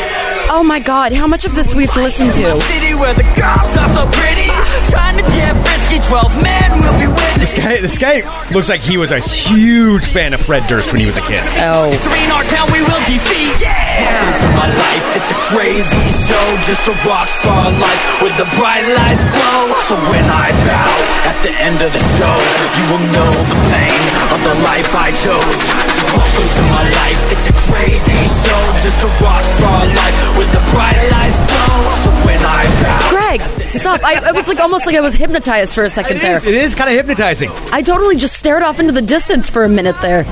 S6: Oh my God! How much of this we have to listen to?
S10: City where the girls are so pretty. Trying to Ah. get frisky, 12 men will be winning.
S1: This guy, this guy looks like he was a huge fan of Fred Durst when he was a kid.
S6: Oh.
S10: Three in our town, we will defeat. Yeah. To my life, it's a crazy show, just a rock star life with the bright lights glow. So when I bow at the end of the show, you will know the pain of the life I chose. So welcome to my life, it's a crazy show, just a rock star life with the bright lights glow. So when I bow,
S6: Greg, stop! I, it was like almost like I was hypnotized for a second
S1: It
S6: there.
S1: is, it is kind of hypnotizing.
S6: I totally just stared off into the distance for a minute there.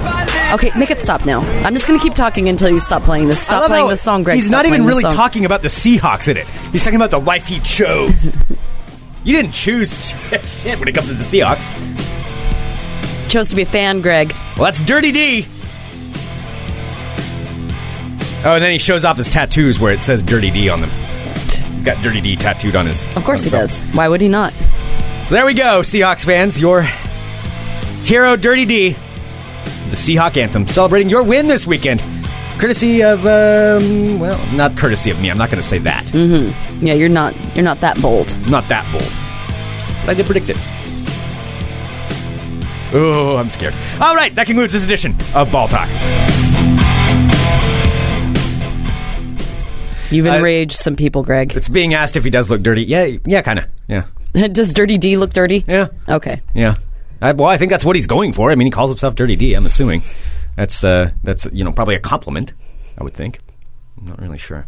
S6: Okay, make it stop now. I'm just gonna keep talking until you stop playing this.
S1: I
S6: Stop
S1: love
S6: playing
S1: how
S6: this song, Greg.
S1: He's
S6: Stop
S1: not even
S6: playing this
S1: really
S6: song.
S1: talking about the Seahawks in it. He's talking about the life he chose. you didn't choose shit when it comes to the Seahawks.
S6: Chose to be a fan, Greg.
S1: Well, that's Dirty D. Oh, and then he shows off his tattoos where it says Dirty D on them. He's got Dirty D tattooed on his.
S6: Of course
S1: on
S6: he
S1: himself.
S6: does. Why would he not?
S1: So there we go, Seahawks fans. Your hero, Dirty D, the Seahawk anthem, celebrating your win this weekend. Courtesy of, um, well, not courtesy of me. I'm not going to say that.
S6: Yeah, you're not. You're not that bold.
S1: Not that bold. But I did predict it. Oh, I'm scared. All right, that concludes this edition of Ball Talk.
S6: You've
S1: I-
S6: enraged some people, Greg.
S1: It's being asked if he does look dirty. Yeah, yeah, kind of. Yeah,
S6: Does Dirty D look dirty?
S1: yeah,
S6: Okay.
S1: yeah. I, well, I think that's what he's going for. I mean, he calls himself Dirty D. I'm assuming that's uh, that's you know probably a compliment. I would think. I'm not really sure.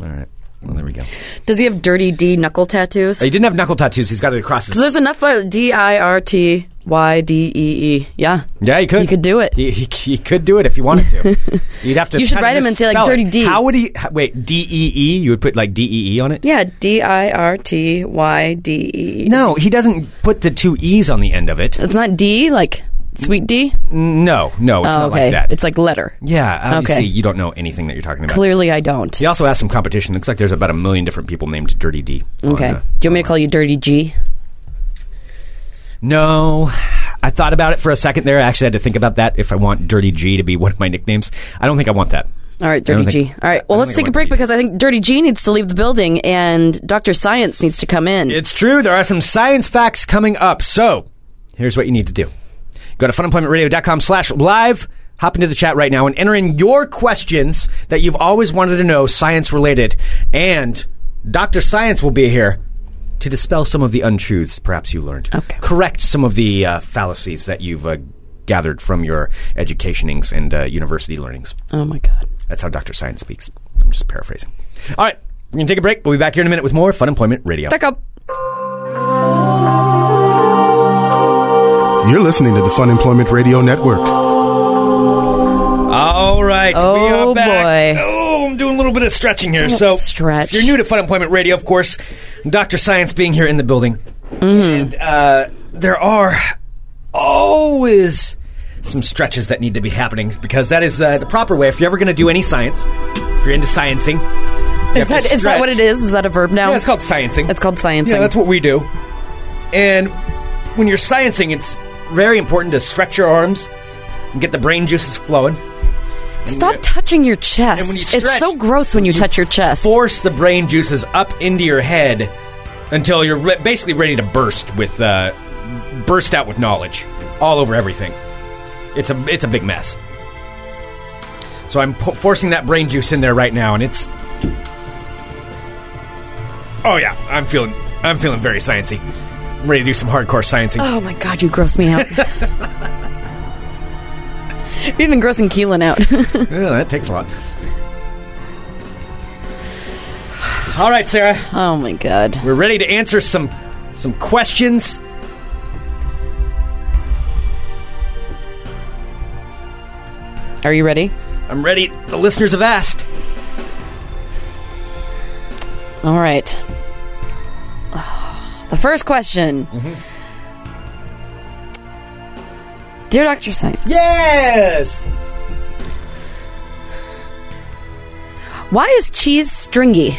S1: All right. Well, there we go.
S6: Does he have Dirty D knuckle tattoos?
S1: He didn't have knuckle tattoos. He's got it across his.
S6: There's enough for D I R T Y D E E. Yeah.
S1: Yeah, you could.
S6: You could do it.
S1: He, he, he could do it if he wanted to. You'd have to.
S6: You should
S1: kinda
S6: write him and say, like,
S1: misspell it.
S6: Dirty D.
S1: How would he? h- Wait, D E E. You would put like D E E on it.
S6: Yeah. D I R T Y D E.
S1: No, he doesn't put the two E's on the end of it.
S6: It's not D like sweet D.
S1: No, no, it's
S6: oh,
S1: not
S6: okay.
S1: like that.
S6: It's like letter.
S1: yeah, obviously
S6: Okay.
S1: you don't know anything that you're talking about.
S6: Clearly, I don't.
S1: He also has some competition. Looks like there's about a million different people named Dirty D. on,
S6: Okay.
S1: uh,
S6: Do you want me to call you Dirty G?
S1: No. I thought about it for a second there. I actually had to think about that if I want Dirty G to be one of my nicknames. I don't think I want that.
S6: All right,
S1: I don't
S6: Dirty G.
S1: think-
S6: All right.
S1: I don't
S6: Well, let's
S1: think
S6: take
S1: I
S6: a break because I think Dirty G needs to leave the building and Dr. Science needs to come in.
S1: It's true. There are some science facts coming up. So here's what you need to do. Go to funemploymentradio.com slash live. Hop into the chat right now and enter in your questions that you've always wanted to know, science related. And Dr. Science will be here to dispel some of the untruths perhaps you learned. Okay. Correct some of the uh, fallacies that you've uh, gathered from your educationings and uh, university learnings.
S6: Oh, my God.
S1: That's how Dr. Science speaks. I'm just paraphrasing. All right, we're going to take a break. We'll be back here in a minute with more Fun Employment Radio.
S6: Back up.
S10: You're listening to the Fun Employment Radio Network.
S1: All right, we
S10: Oh,
S1: are back.
S10: boy.
S1: Oh, I'm doing a little bit of stretching here.
S10: Don't
S1: so
S10: stretch.
S1: If you're new to Fun Employment Radio, of course, Dr. Science being here in the building.
S6: Mm-hmm.
S1: And uh, there are always some stretches that need to be happening because that is uh, the proper way. If you're ever going to do any science, if you're into sciencing, you have
S6: Is that,
S1: to
S6: is that
S1: stretch.
S6: what it is? Is that a verb now?
S1: Yeah, it's called sciencing.
S6: It's called sciencing.
S1: Yeah, that's what we do. And when you're sciencing, it's very important to stretch your arms and get the brain juices flowing.
S6: Stop touching your chest.
S1: And when you
S6: it's
S1: stretch,
S6: so gross when you, touch your chest.
S1: Force the brain juices up into your head until you're re- basically ready to burst with uh, burst out with knowledge all over everything. It's a it's a big mess. So I'm po- forcing that brain juice in there right now, and it's oh yeah, I'm feeling I'm feeling very sciencey. I'm ready to do some hardcore sciencing.
S6: Oh my god, you gross me out. You're even grossing Keelan out.
S1: yeah, that takes a lot. All right, Sarah.
S6: Oh my god.
S1: We're ready to answer some some questions.
S6: Are you ready?
S1: I'm ready. The listeners have asked.
S6: All right. The first question.
S1: Mm-hmm.
S6: Dear Dr. Science.
S1: Yes!
S6: Why is cheese stringy?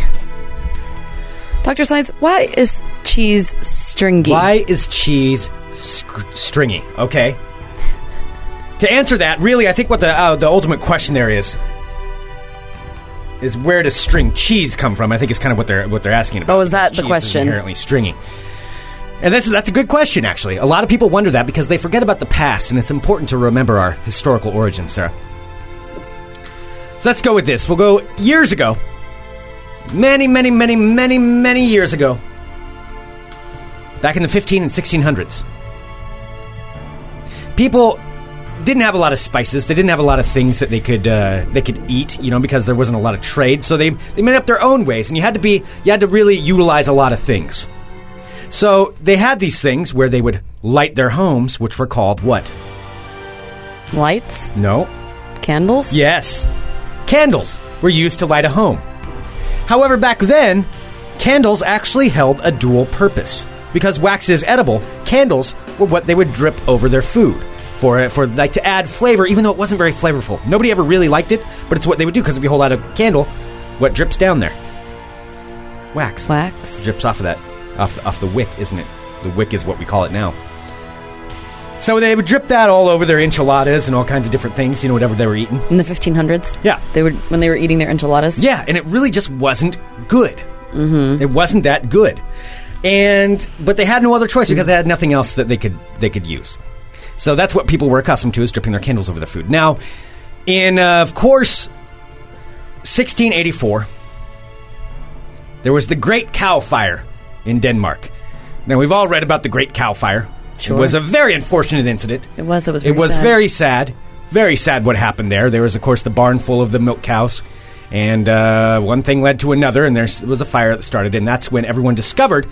S6: Dr. Science, why is cheese stringy?
S1: Why is cheese sc- stringy? Okay. To answer that, really, I think what the uh, the ultimate question there is is where does string cheese come from? I think is kind of what they're what they're asking about.
S6: Oh, is that
S1: because
S6: the
S1: cheese
S6: question?
S1: Is inherently stringy. And this is that's a good question, actually. A lot of people wonder that because they forget about the past, and it's important to remember our historical origins, Sarah. So let's go with this. We'll go years ago. Many, many, many, many, many years ago. Back in the 15 and 1600s. People didn't have a lot of spices. They didn't have a lot of things that they could uh, they could eat, you know, because there wasn't a lot of trade. So they they made up their own ways, and you had to be you had to really utilize a lot of things. So they had these things where they would light their homes, which were called what?
S6: Lights?
S1: No.
S6: Candles?
S1: Yes. Candles were used to light a home. However, back then, candles actually held a dual purpose. Because wax is edible, candles were what they would drip over their food for uh, for like to add flavor, even though it wasn't very flavorful. Nobody ever really liked it, but it's what they would do because if you hold out a candle, what drips down there? Wax.
S6: Wax.
S1: Drips off of that, off the, off the wick, isn't it? The wick is what we call it now. So they would drip that all over their enchiladas and all kinds of different things, you know, whatever they were eating.
S6: In the 1500s?
S1: Yeah.
S6: They were when they were eating their enchiladas?
S1: Yeah, and it really just wasn't good. Mm-hmm. It wasn't that good, and but they had no other choice because they had nothing else that they could they could use. So that's what people were accustomed to is dripping their candles over their food. Now, in uh, of course, 1684, there was the Great Cow Fire in Denmark. Now we've all read about the Great Cow Fire.
S6: Sure.
S1: It was a very unfortunate incident.
S6: It was. It was.
S1: It
S6: Very
S1: was
S6: sad.
S1: very sad. Very sad what happened there. There was, of course, the barn full of the milk cows. And uh, one thing led to another, and there s- was a fire that started. And that's when everyone discovered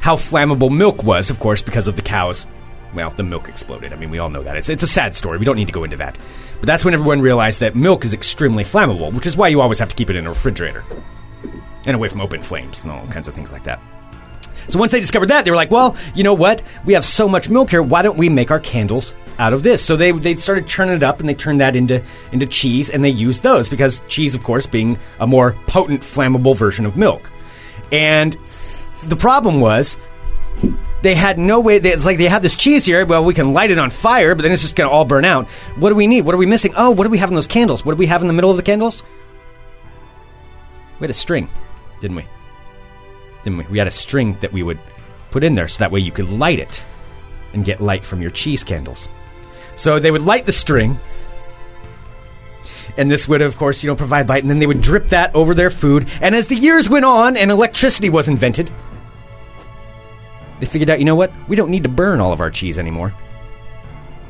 S1: how flammable milk was, of course, because of the cows well, the milk exploded. I mean, we all know that. It's, it's a sad story. We don't need to go into that. But that's when everyone realized that milk is extremely flammable, which is why you always have to keep it in a refrigerator and away from open flames and all kinds of things like that. So once they discovered that, they were like, well, you know what? We have so much milk here. Why don't we make our candles out of this? So they, they started churning it up and they turned that into, into cheese and they used those because cheese, of course, being a more potent, flammable version of milk. And the problem was they had no way. They, it's like they have this cheese here. Well, we can light it on fire, but then it's just going to all burn out. What do we need? What are we missing? Oh, what do we have in those candles? What do we have in the middle of the candles? We had a string, didn't we? Didn't we? We had a string that we would put in there so that way you could light it and get light from your cheese candles. So they would light the string, and this would, of course, you know, provide light, and then they would drip that over their food. And as the years went on and electricity was invented, they figured out, you know what? We don't need to burn all of our cheese anymore.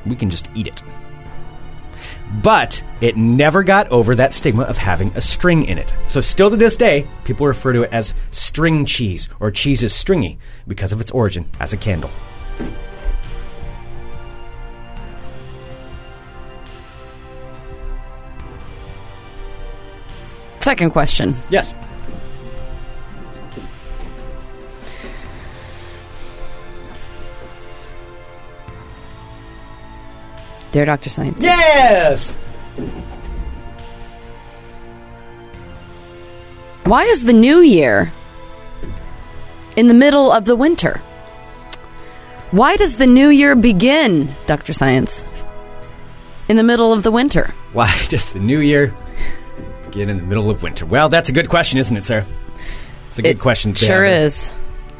S1: We can just eat it. But it never got over that stigma of having a string in it. So, still to this day, people refer to it as string cheese or cheese is stringy because of its origin as a candle.
S6: Second question.
S1: Yes.
S6: Dear Dr. Science.
S1: Yes!
S6: Why is the new year in the middle of the winter? Why does the new year begin, Dr. Science, in the middle of the winter?
S1: Why does the new year begin in the middle of winter? Well, that's a good question, isn't it, Sarah? It's a good
S6: It
S1: question. to
S6: Sure
S1: have.
S6: is.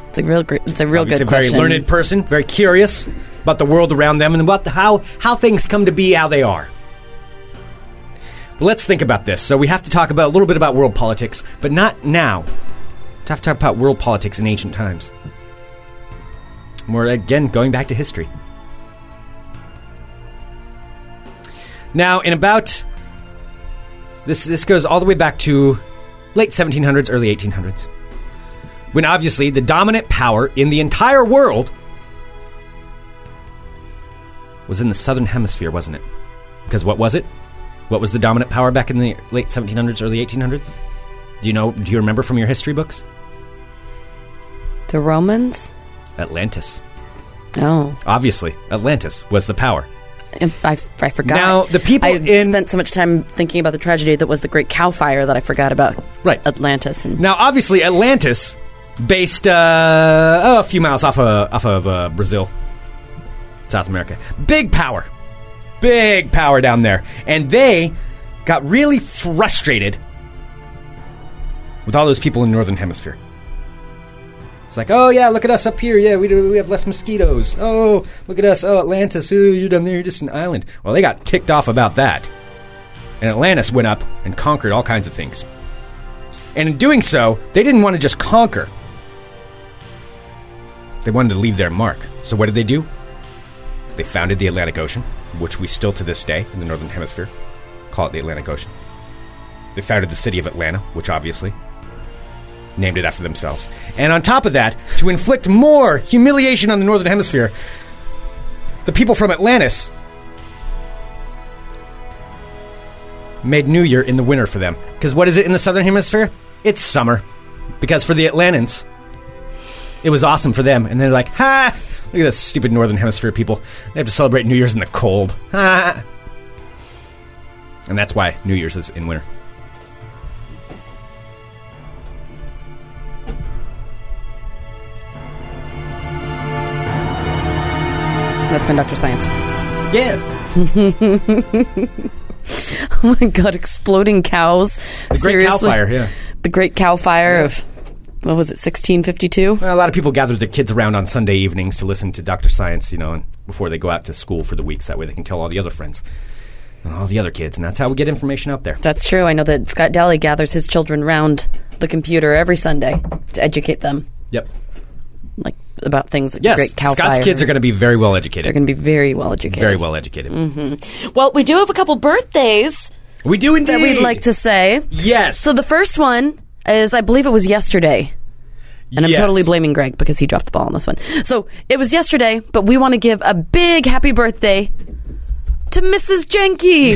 S6: It's a real. gr- It's a real
S1: Obviously
S6: good
S1: a very
S6: question.
S1: learned person, very curious about the world around them and about the, how how things come to be how they are. But let's think about this. So we have to talk about a little bit about world politics, but not now. We have to talk about world politics in ancient times. And We're again going back to history. Now, in about this this goes all the way back to late 1700s, early 1800s when obviously the dominant power in the entire world was in the southern hemisphere, wasn't it? Because what was it? What was the dominant power back in the late 1700s, early 1800s? Do you know? Do you remember from your history books?
S6: The Romans.
S1: Atlantis.
S6: Oh,
S1: Obviously, Atlantis was the power.
S6: I, I forgot.
S1: Now, the people
S6: I
S1: in-
S6: spent so much time thinking about the tragedy that was the Great Cow Fire that I forgot about.
S1: Right.
S6: Atlantis and
S1: Now, obviously, Atlantis, based uh, oh, a few miles off of, off of uh, Brazil, South America, big power, big power down there, and they got really frustrated with all those people in northern hemisphere. It's like, oh yeah, look at us up here. Yeah, we do, we have less mosquitoes. Oh, look at us. Oh, Atlantis. Ooh, you're down there. You're just an island. Well, they got ticked off about that, and Atlantis went up and conquered all kinds of things. And in doing so, they didn't want to just conquer. They wanted to leave their mark. So what did they do? They founded the Atlantic Ocean, which we still to this day in the northern hemisphere call it the Atlantic Ocean. They founded the city of Atlanta, which obviously named it after themselves. And on top of that, to inflict more humiliation on the northern hemisphere, the people from Atlantis made New Year in the winter for them. Because what is it in the southern hemisphere? It's summer. Because for the Atlantans, it was awesome for them. And they're like, ha! Look at this stupid northern hemisphere people. They have to celebrate New Year's in the cold. Ha! And that's why New Year's is in winter.
S6: that's been Dr. Science.
S1: Yes.
S6: oh my god, exploding cows.
S1: The Great Cow
S6: Seriously.
S1: Fire, yeah.
S6: The Great Cow Fire of what was it, 1652?
S1: A lot of people gather their kids around on Sunday evenings to listen to Dr. Science, you know, and before they go out to school for the weeks. That way they can tell all the other friends and all the other kids. And that's how we get information out there.
S6: That's true. I know that Scott Daly gathers his children round the computer every Sunday to educate them
S1: Yep.
S6: like about things like
S1: Yes.
S6: the Great Cow
S1: Scott's
S6: Fire.
S1: kids are going to be very well educated.
S6: They're going to be very well educated.
S1: Very well educated.
S6: Mm-hmm. Well, we do have a couple birthdays
S1: We do indeed.
S6: that we'd like to say.
S1: Yes.
S6: So the first one is, I believe it was yesterday. And I'm
S9: Yes.
S6: totally blaming Greg because he dropped the ball on this one. So it was yesterday, but we want to give a big happy birthday to Mrs. Jenke.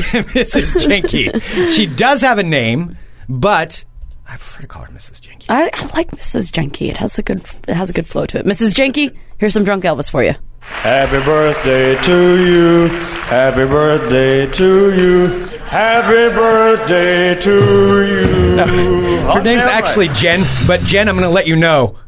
S1: Mrs. Jenke. she does have a name, but I prefer to call her Mrs. Jenke.
S6: I, I like Mrs. Jenke. It has a good it has a good flow to it. Mrs. Jenke, here's some drunk Elvis for you.
S12: Happy birthday to you. Happy birthday to you. Happy birthday to you.
S1: Her name's actually Jen, but Jen, I'm going to let you know.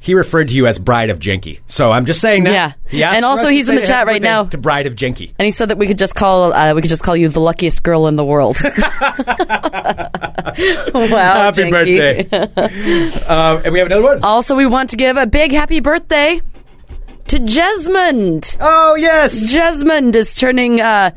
S1: He referred to you as Bride of Jenke. So I'm just saying that.
S6: Yeah.
S1: He asked
S6: And
S1: for
S6: also
S1: us to
S6: he's in
S1: say
S6: the chat
S1: happy
S6: right
S1: birthday
S6: now.
S1: To Bride of Jenke.
S6: And he said that we could just call uh, we could just call you the luckiest girl in the world. wow, Oh,
S1: Happy
S6: Jenke.
S1: birthday. um, and we have another one.
S6: Also, we want to give a big happy birthday to Jesmond.
S1: Oh yes,
S6: Jesmond is turning uh,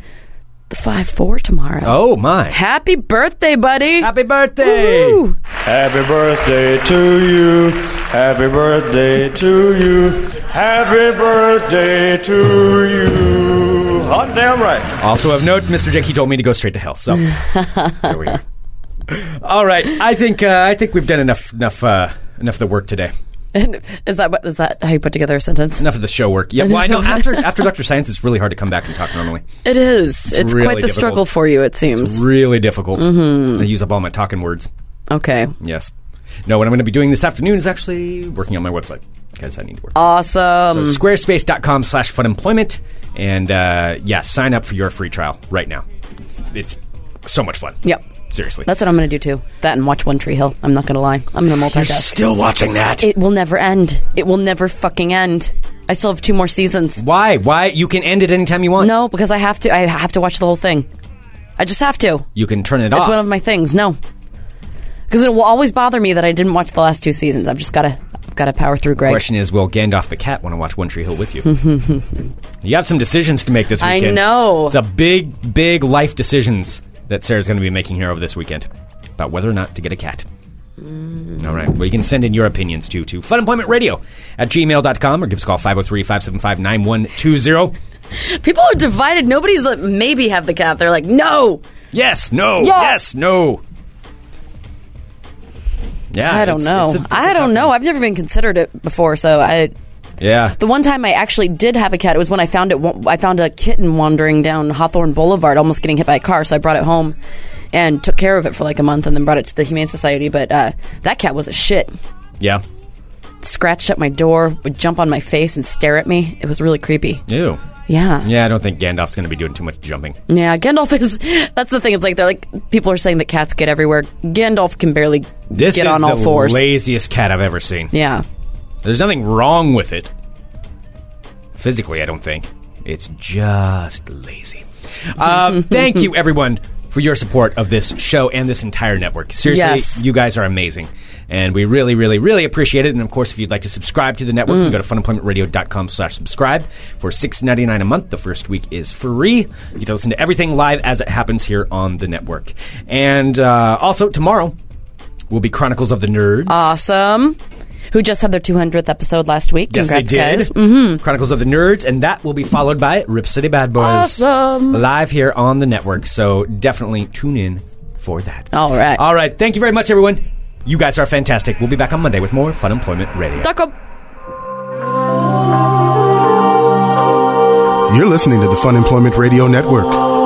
S6: the five four tomorrow.
S1: Oh my!
S6: Happy birthday, buddy!
S1: Happy birthday!
S12: Happy birthday to you. Happy birthday to you. Happy birthday to you. Hot damn right.
S1: Also of note, Mr. Jenke told me to go straight to hell. So there we are. All right, I think uh, I think we've done enough enough uh, enough of the work today.
S6: And is that what is that how you put together a sentence?
S1: Enough of the show work. Yeah, well, I know after after Doctor Science, it's really hard to come back and talk normally.
S6: It is. It's,
S1: really
S6: quite the
S1: difficult.
S6: struggle for you. It seems.
S1: It's really difficult.
S6: Mhm.
S1: I use up all my talking words.
S6: Okay.
S1: Yes. No, what I'm going to be doing this afternoon is actually working on my website because I need to work.
S6: Um. Awesome.
S1: So squarespace.com slash funemployment. And uh, yeah, sign up for your free trial right now. It's, it's so much fun.
S6: Yep.
S1: Seriously.
S6: That's what I'm going to do too. That and watch One Tree Hill. I'm not going to lie. I'm going to multitask.
S1: still watching that?
S6: It will never end. It will never fucking end. I still have two more seasons.
S1: Why? Why? You can end it anytime you want.
S6: No, because I have to. I have to watch the whole thing. I just have to.
S1: You can turn it
S6: it's
S1: off.
S6: one of my things. No, because it will always bother me that I didn't watch the last two seasons. I've just got to. I've got to power through,
S1: the
S6: Greg.
S1: question is, will Gandalf the cat want to watch One Tree Hill with you? you have some decisions to make this
S6: I
S1: weekend.
S6: know.
S1: It's a big, big life decisions that Sarah's going to be making here over this weekend about whether or not to get a cat.
S6: Mm.
S1: All right. Well, you can send in your opinions too to funemploymentradio at gmail.com or give us a call 503 575 9120.
S6: People are divided. Nobody's like, maybe have the cat. They're like, no.
S1: Yes, no, yes, no. Yeah.
S6: I
S1: Ah,
S6: don't
S1: it's-
S6: know.
S1: it's a-
S6: I don't know. I've never even considered it before. So I.
S1: yeah.
S6: The one time I actually did have a cat, it was when I found it. I found a kitten wandering down Hawthorne Boulevard, almost getting hit by a car. So I brought it home and took care of it for like a month, and then brought it to the Humane Society. But uh, that cat was a shit.
S1: Yeah.
S6: Scratched up my door, would jump on my face and stare at me. It was really creepy.
S1: Ew.
S6: Yeah.
S1: Yeah, I don't think Gandalf's going to be doing too much jumping.
S6: Yeah, Gandalf is. That's the thing. It's like they're like people are saying that cats get everywhere. Gandalf can barely
S1: This
S6: get
S1: is
S6: on all
S1: the
S6: fours.
S1: laziest cat I've ever seen.
S6: yeah.
S1: There's nothing wrong with it. Physically, I don't think. It's just lazy. Um, thank you, everyone, for your support of this show and this entire network. Seriously,
S13: Yes.
S1: you guys are amazing. And we really, really, really appreciate it. And of course, if you'd like to subscribe to the network, you
S13: Mm.
S1: can go to funemploymentradio.com slash subscribe for six ninety nine a month. The first week is free. You get to listen to everything live as it happens here on the network. And uh, also, tomorrow will be Chronicles of the Nerd.
S13: Ah,
S6: Awesome. Who just had their 200th episode last week?
S1: Yes,
S6: Congrats,
S1: they did.
S6: guys. Mm-hmm.
S1: Chronicles of the Nerds, and that will be followed by Rip City Bad Boys.
S6: Awesome.
S1: Live here on the network, so definitely tune in for that.
S6: All right.
S1: All right. Thank you very much, everyone. You guys are fantastic. We'll be back on Monday with more Fun Employment Radio.
S2: You're listening to the Fun Employment Radio Network.